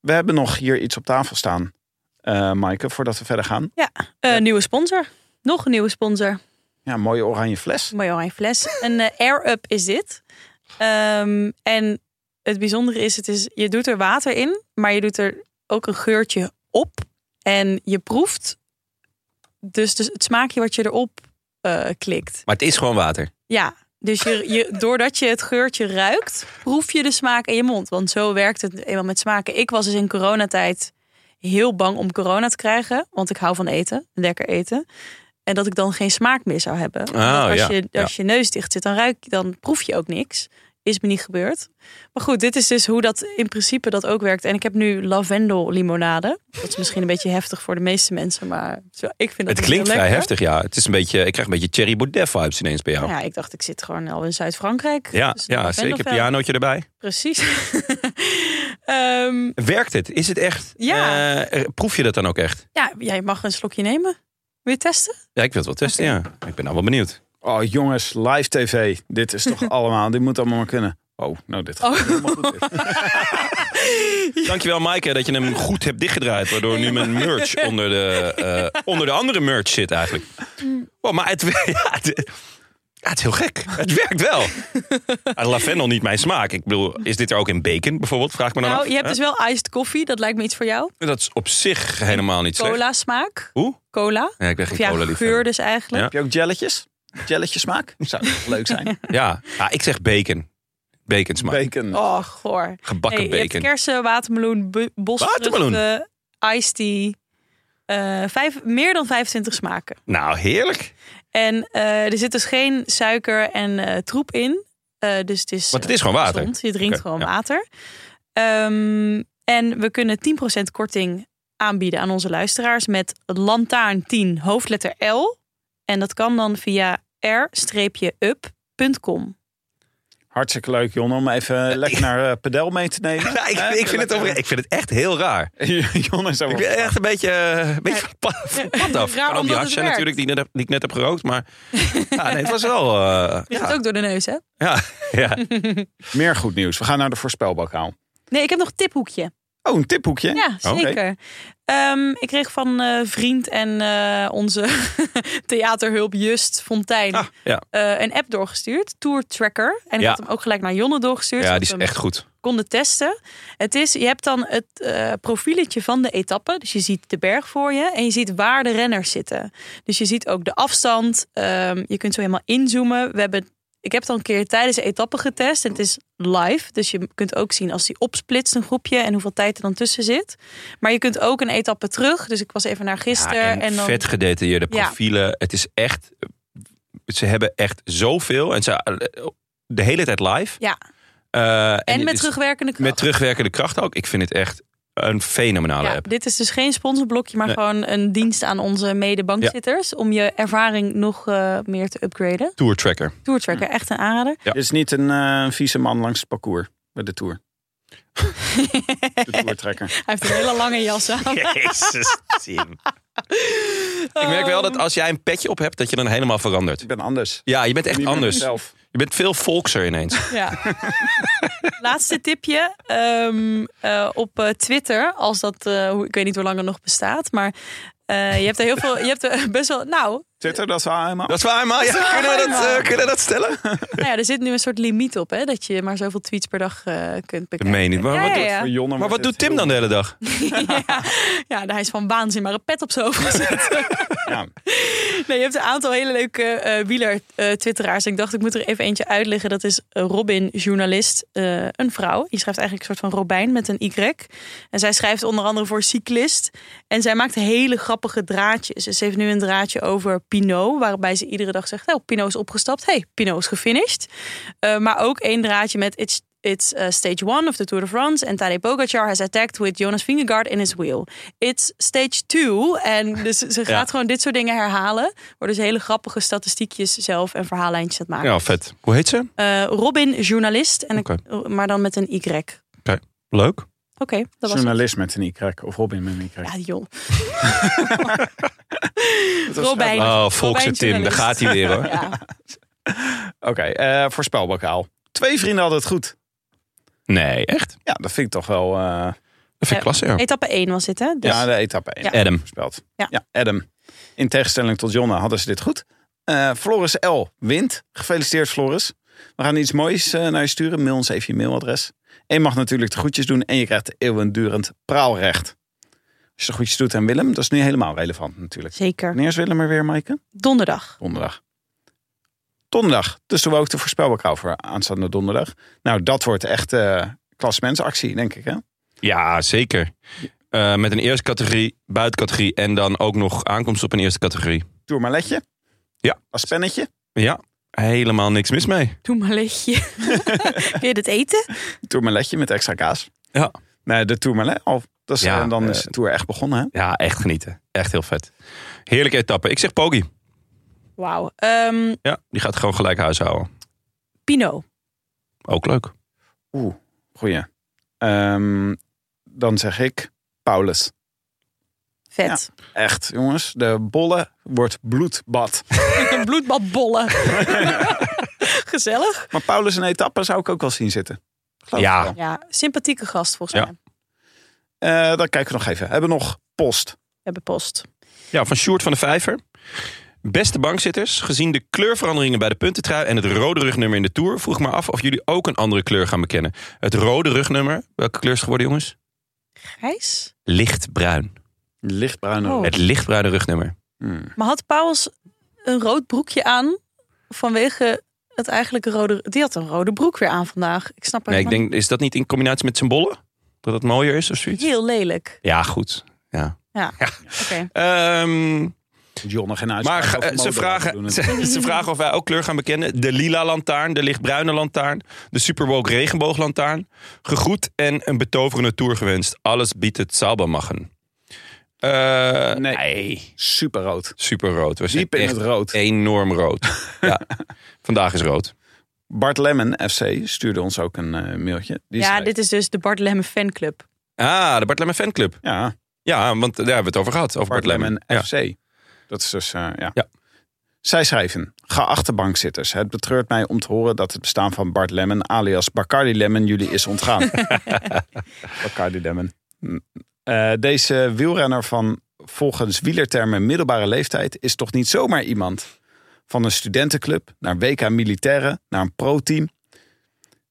S2: We hebben nog hier iets op tafel staan, eh Maaike, voordat we verder gaan.
S4: Eh, Nieuwe sponsor. Nog een nieuwe sponsor.
S2: Ja, mooie oranje fles.
S4: Mooi oranje fles. Een eh, air-up is dit. Ehm, en het bijzondere is, het is, je doet er water in, maar je doet er ook een geurtje op. En je proeft dus, dus het smaakje wat je erop eh, klikt.
S3: Maar het is gewoon water.
S4: Ja, dus je, je, doordat je het geurtje ruikt, proef je de smaak in je mond. Want zo werkt het eenmaal met smaken. Ik was dus in coronatijd heel bang om corona te krijgen. Want ik hou van eten, lekker eten. En dat ik dan geen smaak meer zou hebben.
S3: Oh,
S4: Want als,
S3: ja,
S4: je, als je neus dicht zit, dan, ruik, je- dan proef je ook niks. Is me niet gebeurd. Maar goed, dit is dus hoe dat in principe dat ook werkt. En ik heb nu lavendellimonade. Dat is misschien een beetje heftig voor de meeste mensen, maar zo- ik vind dat
S3: Het klinkt vrij
S4: heel lekker.
S3: heftig, ja. Het is een beetje, ik krijg een beetje Thierry Baudet vibes ineens bij jou. Ja,
S4: Ja, ik dacht, ik zit gewoon al in Zuid-Frankrijk.
S3: Oh. ja,
S4: Dus een
S3: zeker.
S4: lavendelveld.
S3: Pianootje erbij.
S4: Precies. [LAUGHS] Ehm,
S3: Werkt het? Is het echt?
S4: Ja.
S3: Eh, proef je dat dan ook echt?
S4: ja, ah, jij mag een slokje nemen. Wil je testen?
S3: Ja, ik wil het wel testen, ja. Ik ben nou wel benieuwd.
S2: Oh jongens, live tv. Dit is
S3: [LAUGHS]
S2: toch allemaal, dit moet allemaal maar kunnen. Oh, nou
S4: [LAUGHS]
S2: dit gaat helemaal goed. dit.
S3: Dankjewel, Maaike, dat je hem goed hebt dichtgedraaid. Waardoor nu mijn merch onder de, eh, onder de andere merch zit eigenlijk. Wow, maar het, wer- [LAUGHS] ja, het, ja, het is heel gek. Het werkt wel. Ah, Lavendel niet mijn smaak. Ik bedoel, is dit er ook in bacon bijvoorbeeld? Vraag ik me dan
S4: Nou,
S3: af.
S4: je hebt
S3: Hè?
S4: dus wel iced koffie. Dat lijkt me iets voor jou.
S3: Dat is op zich helemaal niet slecht.
S4: Cola smaak.
S3: Hoe?
S4: Cola.
S3: Ja, ik ben
S4: Of
S3: geen
S4: ja,
S3: cola
S4: geur dus eigenlijk.
S2: Heb je ook jelletjes? Jelletjes smaak? Zou toch leuk zijn.
S3: Ja. ja, ik zeg bacon. Bacon smaak.
S2: Bacon.
S4: Oh, goor.
S3: Gebakken
S4: Hey, je hebt
S3: bacon.
S4: kersen, watermeloen, bu- bosvruchten,
S3: Watermeloen?
S4: iced tea. Eh, vijf, meer dan 25 smaken.
S3: Nou, heerlijk.
S4: En eh, er zit dus geen suiker en eh, troep in. Eh, dus het is,
S3: Want het is gewoon water.
S4: gezond. Je drinkt
S3: Oké,
S4: gewoon
S3: ja.
S4: water. Ehm, en we kunnen 10% korting aanbieden aan onze luisteraars met lantaarn 10 hoofdletter L. En dat kan dan via r-up.com.
S2: Hartstikke leuk, Jon, om even lekker naar eh pedel mee te
S3: [LAUGHS]
S2: nemen.
S3: Nou, ik,
S2: Hè?
S3: ik, vind het ook- ik vind het echt heel raar.
S2: [LAUGHS] Jon is
S3: Ik
S2: ook
S3: ben echt een beetje, eh, een beetje van het pad- van het pad af.
S4: Raar
S3: Kan ook die
S4: omdat
S3: hars
S4: het
S3: zijn
S4: werkt.
S3: natuurlijk die, net heb- die ik net heb gerookt.
S4: [LAUGHS]
S3: Maar ja, nee, het was wel... eh,
S4: Dat
S3: ja,
S4: ook door de neus, hè?
S3: ja, ja.
S2: meer goed nieuws. We gaan naar de voorspelbokaal.
S4: Nee, ik heb nog een tiphoekje.
S2: Oh, een tiphoekje.
S4: Ja,
S3: Oké.
S4: zeker. Ehm, ik kreeg van eh, vriend en eh, onze [LAUGHS] theaterhulp Just Fontijn
S3: Ah, ja.
S4: eh, een app doorgestuurd, Tour Tracker. En ik
S3: Ja.
S4: had hem ook gelijk naar Jonne doorgestuurd.
S3: ja,
S4: zodat
S3: die is
S4: we hem
S3: echt goed.
S4: konden testen. Het is, je hebt dan het eh profieletje van de etappe. Dus je ziet de berg voor je en je ziet waar de renners zitten. Dus je ziet ook de afstand. Ehm, je kunt zo helemaal inzoomen. We hebben, ik heb het al een keer tijdens de etappe getest. En het is live. Dus je kunt ook zien als die opsplitst een groepje en hoeveel tijd er dan tussen zit. Maar je kunt ook een etappe terug. Dus ik was even naar
S3: Ja,
S4: gisteren.
S3: en
S4: en dan,
S3: vet gedetailleerde
S4: Ja.
S3: profielen. Het is echt... Ze hebben echt zoveel. En ze, de hele tijd live.
S4: Ja.
S3: Eh, en
S4: en
S3: het
S4: met
S3: is-
S4: terugwerkende kracht.
S3: Met terugwerkende kracht ook. Ik vind het echt een fenomenale
S4: Ja,
S3: app.
S4: dit is dus geen sponsorblokje, maar
S3: Nee.
S4: gewoon een dienst aan onze mede-bankzitters. Om je ervaring nog eh, meer te upgraden.
S3: Tour Tracker.
S4: [LAUGHS] Tourtracker,
S3: Hm.
S4: echt een aanrader.
S3: Ja.
S2: Dit is niet een eh, vieze man langs het parcours bij de
S4: [LAUGHS]
S2: Tour. De toertrekker.
S4: Hij heeft een hele lange
S3: [LAUGHS]
S4: jas aan.
S3: Jezus, Tim. Ik merk wel dat als jij een petje op hebt, dat je dan helemaal verandert.
S2: Ik ben anders.
S3: Ja, je bent echt
S2: Niet meer
S3: anders.
S2: mezelf.
S3: Je bent veel volkser ineens. [LAUGHS]
S4: Ja. [LAUGHS] Laatste tipje. ehm, eh, op eh, Twitter, als dat, eh, hoe- ik weet niet hoe lang het nog bestaat, maar eh, je hebt er heel veel, je hebt er [LAUGHS] best wel, nou,
S2: Twitter, dat is wel helemaal.
S3: Dat is waar, maar ja, kunnen, we dat, eh, kunnen we dat stellen?
S4: nou ja, er zit nu een soort limiet op, hè, dat je maar zoveel tweets per dag eh, kunt
S3: Ik
S4: bekijken.
S3: meen niet. Maar, wat,
S4: Ja,
S3: doet-
S4: ja.
S2: Voor Jonne
S3: maar
S2: wordt
S3: wat doet
S2: het
S3: Tim
S2: heel-
S3: dan de hele dag?
S4: [LAUGHS] ja, ja, hij is van waanzin, maar een pet op zijn hoofd gezet.
S2: Ja,
S4: Nee, je hebt een aantal hele leuke eh, wieler-twitteraars. ik dacht, ik moet er even eentje uitleggen. Dat is eh, Robin, journalist, eh, een vrouw. Die schrijft eigenlijk een soort van Robijn met een Y. En zij schrijft onder andere voor Cyclist. En zij maakt hele grappige draadjes. Dus ze heeft nu een draadje over Pinot. Waarbij ze iedere dag zegt, oh, Pinot is opgestapt. hey, Pinot is gefinished. Eh, maar ook één draadje met... It's It's uh, stage one of the Tour de France, and Tadej Pogacar has attacked with Jonas Vingegaard in his wheel. It's stage two, en dus ze gaat gewoon dit soort dingen herhalen. Worden ze hele grappige statistiekjes zelf en verhaallijntjes aan het maken.
S3: Ja, vet. Hoe heet ze?
S4: Eh, Robin, journalist, en
S3: Oké.
S4: ik- eh, maar dan met een Y. Oké,
S3: Leuk.
S4: dat was het.
S2: journalist met een Y. Of Robin met een Y.
S4: Ja, joh.
S2: Dat was-
S4: Robijn.
S3: Oh, volkse
S4: Robijn,
S3: Tim. Daar
S4: journalist.
S3: gaat hij weer hoor.
S4: [LAUGHS] Ja.
S2: Oké, eh, voorspelbokaal. Twee vrienden hadden het goed.
S3: Nee, echt?
S2: Ja, dat vind ik toch wel. eh,
S3: Dat vind ik
S4: Ja.
S3: klasse, ja.
S4: Etappe 1 was dit, hè? Dus,
S2: ja, de etappe 1.
S4: Ja.
S3: Adam.
S2: Voorspeld.
S4: Ja.
S2: Adam. In tegenstelling tot Jonna hadden ze dit goed. Eh, Floris L. wint. Gefeliciteerd, Floris. We gaan iets moois eh, naar je sturen. Mail ons even je mailadres. En je mag natuurlijk de groetjes doen. En je krijgt eeuwendurend praalrecht. Als je de groetjes doet aan Willem, dat is nu helemaal relevant natuurlijk.
S4: Zeker.
S2: Wanneer is Willem er weer, Maaike?
S4: Donderdag.
S2: Donderdag. Donderdag. Dus doen we ook de voorspelbokaal voor aanstaande donderdag. Nou, dat wordt echt eh klasmensactie, denk ik. Hè?
S3: Ja, zeker. Eh, met een eerste categorie, buitencategorie en dan ook nog aankomst op een eerste categorie.
S2: Tour Maletje.
S3: Ja.
S2: Als pennetje.
S3: Ja, helemaal niks mis mee.
S4: Doe maar lichtje. [LAUGHS] Kun je dit eten?
S2: Tourmaletje met extra kaas.
S3: Ja.
S2: Nee, de tourmalet al. Dat is,
S3: Ja,
S2: en dan
S3: eh,
S2: is de tour echt begonnen. Hè?
S3: Ja, echt genieten. Echt heel vet. Heerlijke etappe. Ik zeg Pogi.
S4: Wauw. Ehm
S3: Ja, die gaat gewoon gelijk huis houden.
S4: Pino.
S3: Ook leuk.
S2: Oeh, goeie. Ehm, dan zeg ik Paulus.
S4: Vet.
S2: Echt, jongens. De bolle wordt
S3: [LAUGHS]
S2: bloedbad.
S4: Een bloedbadbollen. Gezellig.
S2: Maar Paulus een etappe zou ik ook wel zien zitten. Geloof
S3: Ja.
S2: ik wel.
S4: Ja, sympathieke gast volgens
S3: Ja.
S4: mij.
S2: Eh, dan kijken we nog even. Hebben we nog post?
S4: We hebben post.
S3: Ja, van Sjoerd van de Vijver. Beste bankzitters, gezien de kleurveranderingen bij de puntentrui en het rode rugnummer in de Tour... vroeg ik me af of jullie ook een andere kleur gaan bekennen. Het rode rugnummer, welke kleur is het geworden jongens?
S4: Grijs?
S3: Lichtbruin.
S2: Lichtbruine.
S4: Oh.
S3: Het lichtbruine rugnummer.
S2: Hmm.
S4: Maar had Pauls een rood broekje aan vanwege het eigenlijke rode... Die had een rode broek weer aan vandaag. Ik snap het
S3: Nee, ik denk, is dat niet in combinatie met symbolen? Dat het mooier is of zoiets?
S4: Heel lelijk.
S3: Ja, goed.
S4: Oké.
S3: Ehm,
S2: John, geen uitspraak
S3: maar
S2: over
S3: eh, ze
S2: mode laten
S3: vragen,
S2: doen.
S3: ze, ze vragen of wij ook kleur gaan bekennen. De lila lantaarn, de lichtbruine lantaarn, de superwoke regenbooglantaarn. Gegroet en een betoverende tour gewenst. Alles biedt het Zaubermachen. Eh
S2: Nee.
S3: nee.
S2: Superrood.
S3: Superrood. We zijn
S2: Diep in
S3: echt
S2: het rood.
S3: enorm
S2: [LAUGHS]
S3: rood. ja. Vandaag is rood.
S2: Bart Lemmen, FC, stuurde ons ook een eh, mailtje. Die
S4: Ja,
S2: schreef-
S4: dit is dus de Bart Lemme fanclub.
S3: Ah, de Bart Lemmen fanclub.
S2: ja,
S3: Ja, want daar hebben we het over gehad. Over Bart,
S2: Bart Lemmen
S3: Ja.
S2: FC. Dat is dus, eh, ja.
S3: Ja.
S2: Zij schrijven, geachte bankzitters, het betreurt mij om te horen dat het bestaan van Bart Lemmen alias Bacardi Lemmen jullie
S3: [LAUGHS]
S2: is ontgaan. Bacardi Lemmen. Hm. Eh, deze wielrenner van volgens wielertermen middelbare leeftijd is toch niet zomaar iemand? Van een studentenclub naar WK militairen, naar een pro-team.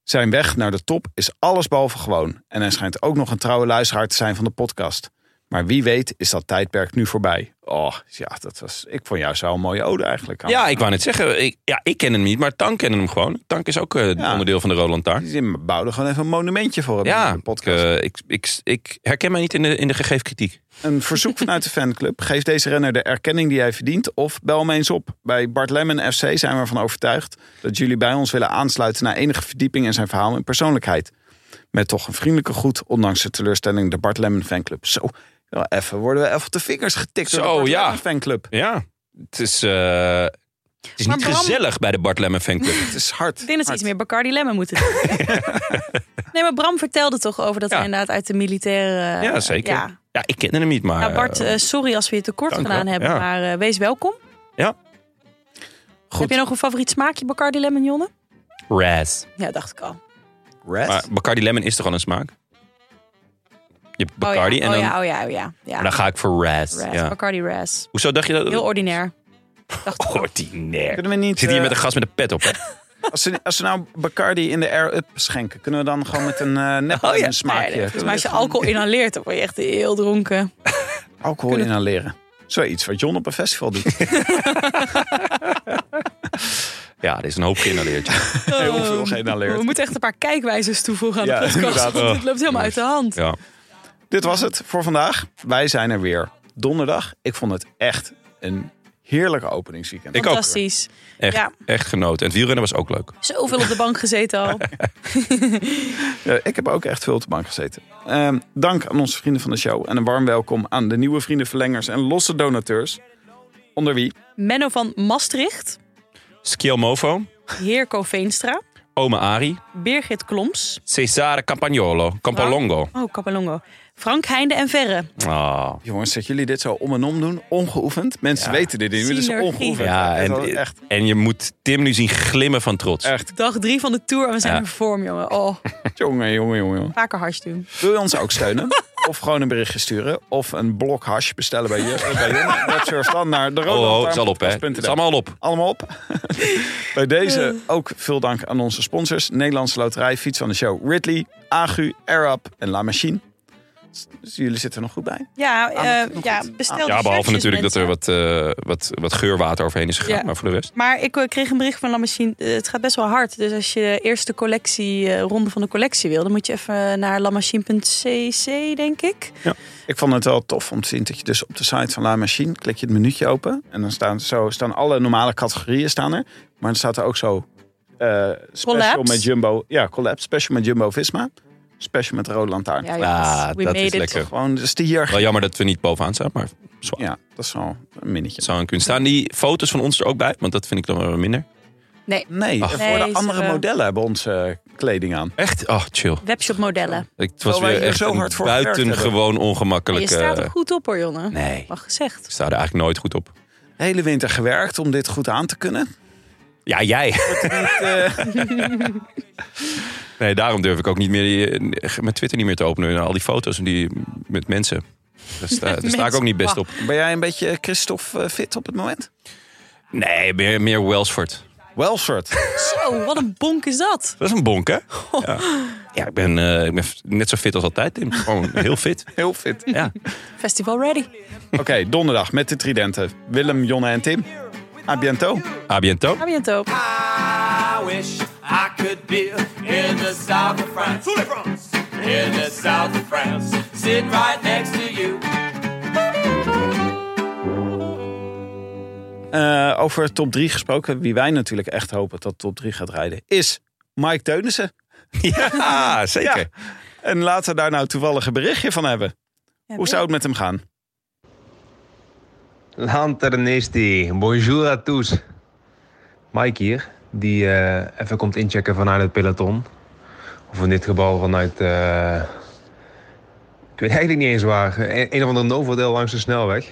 S2: Zijn weg naar de top is allesbehalve gewoon. En hij schijnt ook nog een trouwe luisteraar te zijn van de podcast. Maar wie weet is dat tijdperk nu voorbij. Oh, ja, dat was... Ik vond jou zo een mooie ode eigenlijk.
S3: Ja, ik wou net zeggen. Ik, ja, ik ken hem niet, maar Tank kennen hem gewoon. Tank is ook eh,
S2: Ja.
S3: onderdeel van de Rode Lantaarn.
S2: We bouwden gewoon even een monumentje voor hem in
S3: Ja,
S2: de
S3: ik,
S2: podcast.
S3: eh, ik, ik, ik herken mij niet in de, in de gegeven kritiek.
S2: Een verzoek vanuit de fanclub. Geef deze renner de erkenning die hij verdient. Of bel me eens op. Bij Bart Lemmen FC zijn we ervan overtuigd... dat jullie bij ons willen aansluiten... naar enige verdieping in zijn verhaal en persoonlijkheid. Met toch een vriendelijke groet... ondanks de teleurstelling de Bart Lemmen fanclub. Zo, wel even worden we even op de vingers getikt... door de
S3: Zo,
S2: Bart
S3: ja.
S2: Lemmen fanclub.
S3: Ja, het is, eh, het is
S4: Maar
S3: niet
S4: Bram-
S3: gezellig bij de Bart Lemmen fanclub.
S2: [LAUGHS] Het is hard.
S4: Ik denk dat ze
S2: hard.
S4: iets meer Bacardi Lemmen moeten
S3: [LAUGHS]
S4: doen. nee, maar Bram vertelde toch over dat
S3: Ja.
S4: hij inderdaad uit de militaire... eh,
S3: ja, zeker.
S4: Ja.
S3: Ja. ik ken hem niet, maar...
S4: Nou Bart,
S3: eh,
S4: eh, sorry als we je tekort
S3: dank
S4: gedaan
S3: wel.
S4: hebben,
S3: Ja.
S4: maar eh, wees welkom.
S2: Goed.
S4: Heb je nog een favoriet smaakje Bacardi Lemon, Jonne? eh,
S3: Raz.
S4: Ja, dacht ik al.
S2: Red?
S3: Maar Bacardi Lemon is toch al een smaak? Je hebt Bacardi
S4: oh, ja.
S3: en dan...
S4: Oh ja, oh ja, oh ja. ja.
S3: Maar dan ga ik voor Raz.
S4: Raz,
S3: Ja.
S4: Bacardi Raz.
S3: Hoezo dacht je dat? [LAUGHS] Oh,
S4: Heel ordinair. Dacht ik
S2: [LAUGHS]
S4: al.
S3: Ordinair.
S2: Kunnen we niet...
S3: Ik zit hier
S2: eh,
S3: met een gast met een pet op. Hè? [LAUGHS]
S2: Als ze, als ze nou Bacardi in de Air Up schenken, kunnen we dan gewoon met een eh nep
S3: Oh ja.
S2: een smaakje.
S4: Nee, volgens mij als je alcohol inhaleert, dan word je echt heel dronken.
S2: alcohol inhaleren. Zoiets wat John op een festival doet.
S3: Ja, er is een hoop
S4: [LAUGHS]
S3: geïnhaleerd.
S2: Heel veel
S4: Oh,
S2: geïnhaleerd.
S4: We moeten echt een paar kijkwijzers toevoegen aan
S2: Ja,
S4: de podcast.
S2: inderdaad.
S4: Want het loopt helemaal uit de hand.
S3: Oh. Ja.
S2: Dit was het voor vandaag. Wij zijn er weer donderdag. Ik vond het echt een heerlijke openingsweekend.
S3: Ik ook.
S4: Fantastisch.
S3: Echt,
S4: Ja.
S3: echt genoten. En het wielrennen was ook leuk.
S4: Zoveel op de bank gezeten
S3: [LAUGHS]
S4: al.
S2: Eh, ik heb ook echt veel te bank gezeten. Ehm, dank aan onze vrienden van de show. En een warm welkom aan de nieuwe vrienden, verlengers en losse donateurs. Onder wie?
S4: Menno van Maastricht.
S3: Skiel Mofo,
S4: Heerko Veenstra.
S3: Ome Ari,
S4: Birgit Kloms.
S3: Cesare Campagnolo, Campolongo.
S4: Oh, Capalongo. Frank Heinde en Verre.
S3: Ah.
S2: Jongens, dat jullie dit zo om en om doen, ongeoefend. Mensen
S3: Ja.
S2: weten dit niet, maar dit is
S4: Synergie.
S2: ongeoefend.
S3: Ja,
S2: Het was
S3: en,
S2: echt,
S3: en je moet Tim nu zien glimmen van trots.
S2: echt
S4: Dag drie van de tour en we zijn
S3: Ja.
S4: in vorm, jongen. Oh,
S2: Jongen, jongen, jongen.
S4: vaker hars doen.
S2: Wil je ons ook
S3: [LAUGHS]
S2: steunen? Of gewoon een berichtje sturen? Of een blok hash bestellen bij
S3: [LAUGHS]
S2: je? eh, bij je? Dat surf dan naar de
S3: Oh,
S2: rode
S3: oh, het is al op, hè? Het is allemaal al op.
S2: Allemaal op. [LAUGHS] bij deze ook veel dank aan onze sponsors. Nederlandse Loterij, Fiets van de Show, Ridley, Agu, Arab en La Machine. Dus jullie zitten er nog goed bij.
S4: Ja,
S2: Ah, dat is
S4: eh,
S2: nog
S4: ja
S2: goed.
S4: bestel
S2: Ah.
S4: die
S3: Ja, behalve
S4: shirtjes,
S3: natuurlijk dat er
S4: mensen.
S3: wat, eh, wat, wat geurwater overheen is gegaan.
S4: Ja.
S3: Maar voor de rest.
S4: Maar ik eh, kreeg een bericht van La Machine. eh, Het gaat best wel hard. Dus als je de eerste collectie, eh, ronde van de collectie wil... dan moet je even naar lamachine.cc, denk ik.
S2: Ik vond het wel tof om te zien dat je dus op de site van La Machine klik je het minuutje open. En dan staan, zo, staan alle normale categorieën staan er. Maar dan staat er ook zo eh, special
S4: Collapse.
S2: met Jumbo. Ja, collapse. Special met Jumbo Visma. Special met de Rode Lantaarn.
S4: Ja,
S3: Ah,
S4: jongens, we
S3: dat
S4: made
S3: is
S4: it.
S3: lekker.
S2: Gewoon dus de hiërarchie.
S3: Wel jammer dat we niet bovenaan staan, maar
S2: Ja, dat is wel een minnetje.
S3: het zou aan kunnen staan. Die foto's van ons er ook bij, want dat vind ik dan wel minder.
S2: Nee,
S3: Ach.
S2: en
S4: Nee,
S2: voor
S4: ze
S2: de andere
S4: hebben-
S2: modellen hebben onze kleding aan.
S3: Echt? Oh, chill.
S4: Webshop modellen.
S3: Ik, het was
S2: Terwijl wij
S3: weer
S2: hier
S3: echt
S2: zo
S3: een
S2: hard voor gewerkt
S3: buitengewoon
S4: Je
S3: ongemakkelijk.
S4: staat
S3: eh,
S4: er goed op hoor, Jonne.
S3: Nee,
S4: Mag gezegd.
S3: ik sta er eigenlijk nooit goed op.
S2: De hele winter gewerkt om dit goed aan te kunnen.
S3: Ja, jij.
S2: Niet, eh,
S3: [LAUGHS] Nee, daarom durf ik ook niet meer die, eh, mijn Twitter niet meer te openen. En al die foto's en die met mensen. Daar sta, daar sta ik ook niet best op.
S2: ben jij een beetje Christophe eh, fit op het moment?
S3: Nee, meer, meer Welsford.
S2: Welsford.
S4: Zo, wat een bonk is dat.
S3: Dat is een bonk, hè?
S2: Oh.
S3: Ja, ja ik, ben, eh, ik ben net zo fit als altijd, Tim. Gewoon heel fit.
S2: [LAUGHS] Heel fit.
S3: Ja.
S4: Festival ready.
S2: Oké, donderdag met de Tridenten. Willem, Jonne en Tim. A bientôt.
S3: A bientôt.
S4: Ga je ook.
S5: I wish I could be in the south of France. France. In the south of France. Sitting right next to you.
S2: Eh, over top 3 gesproken. Wie wij natuurlijk echt hopen dat top 3 gaat rijden, is Mike Teunissen.
S3: [LAUGHS] Ja, zeker.
S2: Ja. En laten we daar nou toevallig een berichtje van hebben. Hoe zou het met hem gaan?
S6: Lanternisti, bonjour à tous. Mike hier, die eh, even komt inchecken vanuit het peloton. Of in dit geval vanuit, eh, ik weet eigenlijk niet eens waar, een, een of ander Novodel langs de snelweg.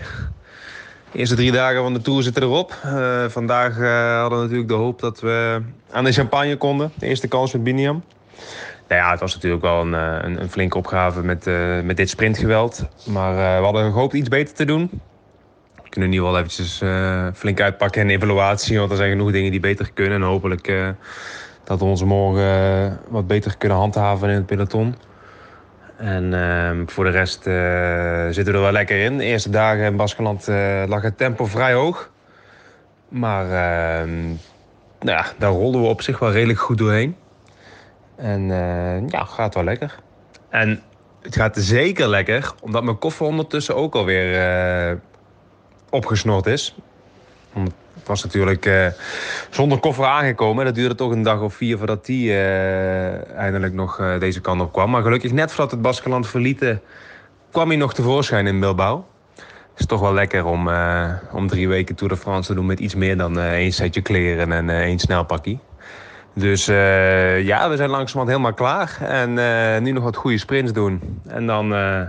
S6: De eerste drie dagen van de Tour zitten erop. Eh, vandaag eh, hadden we natuurlijk de hoop dat we aan de champagne konden. De eerste kans met Biniam. Nou ja, het was natuurlijk wel een, eh, een, een flinke opgave met, eh, met dit sprintgeweld. Maar eh, we hadden gehoopt iets beter te doen. We kunnen nu wel eventjes eh, flink uitpakken en evaluatie. Want er zijn genoeg dingen die beter kunnen. En hopelijk eh, dat we ons morgen eh, wat beter kunnen handhaven in het peloton. En ehm, voor de rest eh, zitten we er wel lekker in. De eerste dagen in Baskeland eh, lag het tempo vrij hoog. Maar ehm, nou ja, daar rolden we op zich wel redelijk goed doorheen. En eh, ja, gaat wel lekker. En het gaat zeker lekker, omdat mijn koffer ondertussen ook alweer eh, opgesnord is. Want het was natuurlijk eh, zonder koffer aangekomen. Dat duurde toch een dag of vier voordat die eh, eindelijk nog eh, deze kant op kwam. Maar gelukkig net voordat het Baskeland verlieten, kwam hij nog tevoorschijn in Bilbao. Het is toch wel lekker om, eh, om drie weken Tour de France te doen met iets meer dan eh, één setje kleren en eh, één snelpakkie. Dus eh, ja, we zijn langzamerhand helemaal klaar. En eh, nu nog wat goede sprints doen. En dan... eh,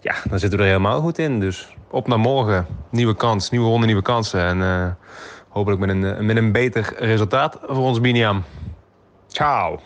S6: ja, dan zitten we er helemaal goed in. Dus op naar morgen. Nieuwe kans, nieuwe ronde, nieuwe kansen. En eh, hopelijk met een, eh, met een beter resultaat voor ons Biniam. Ciao.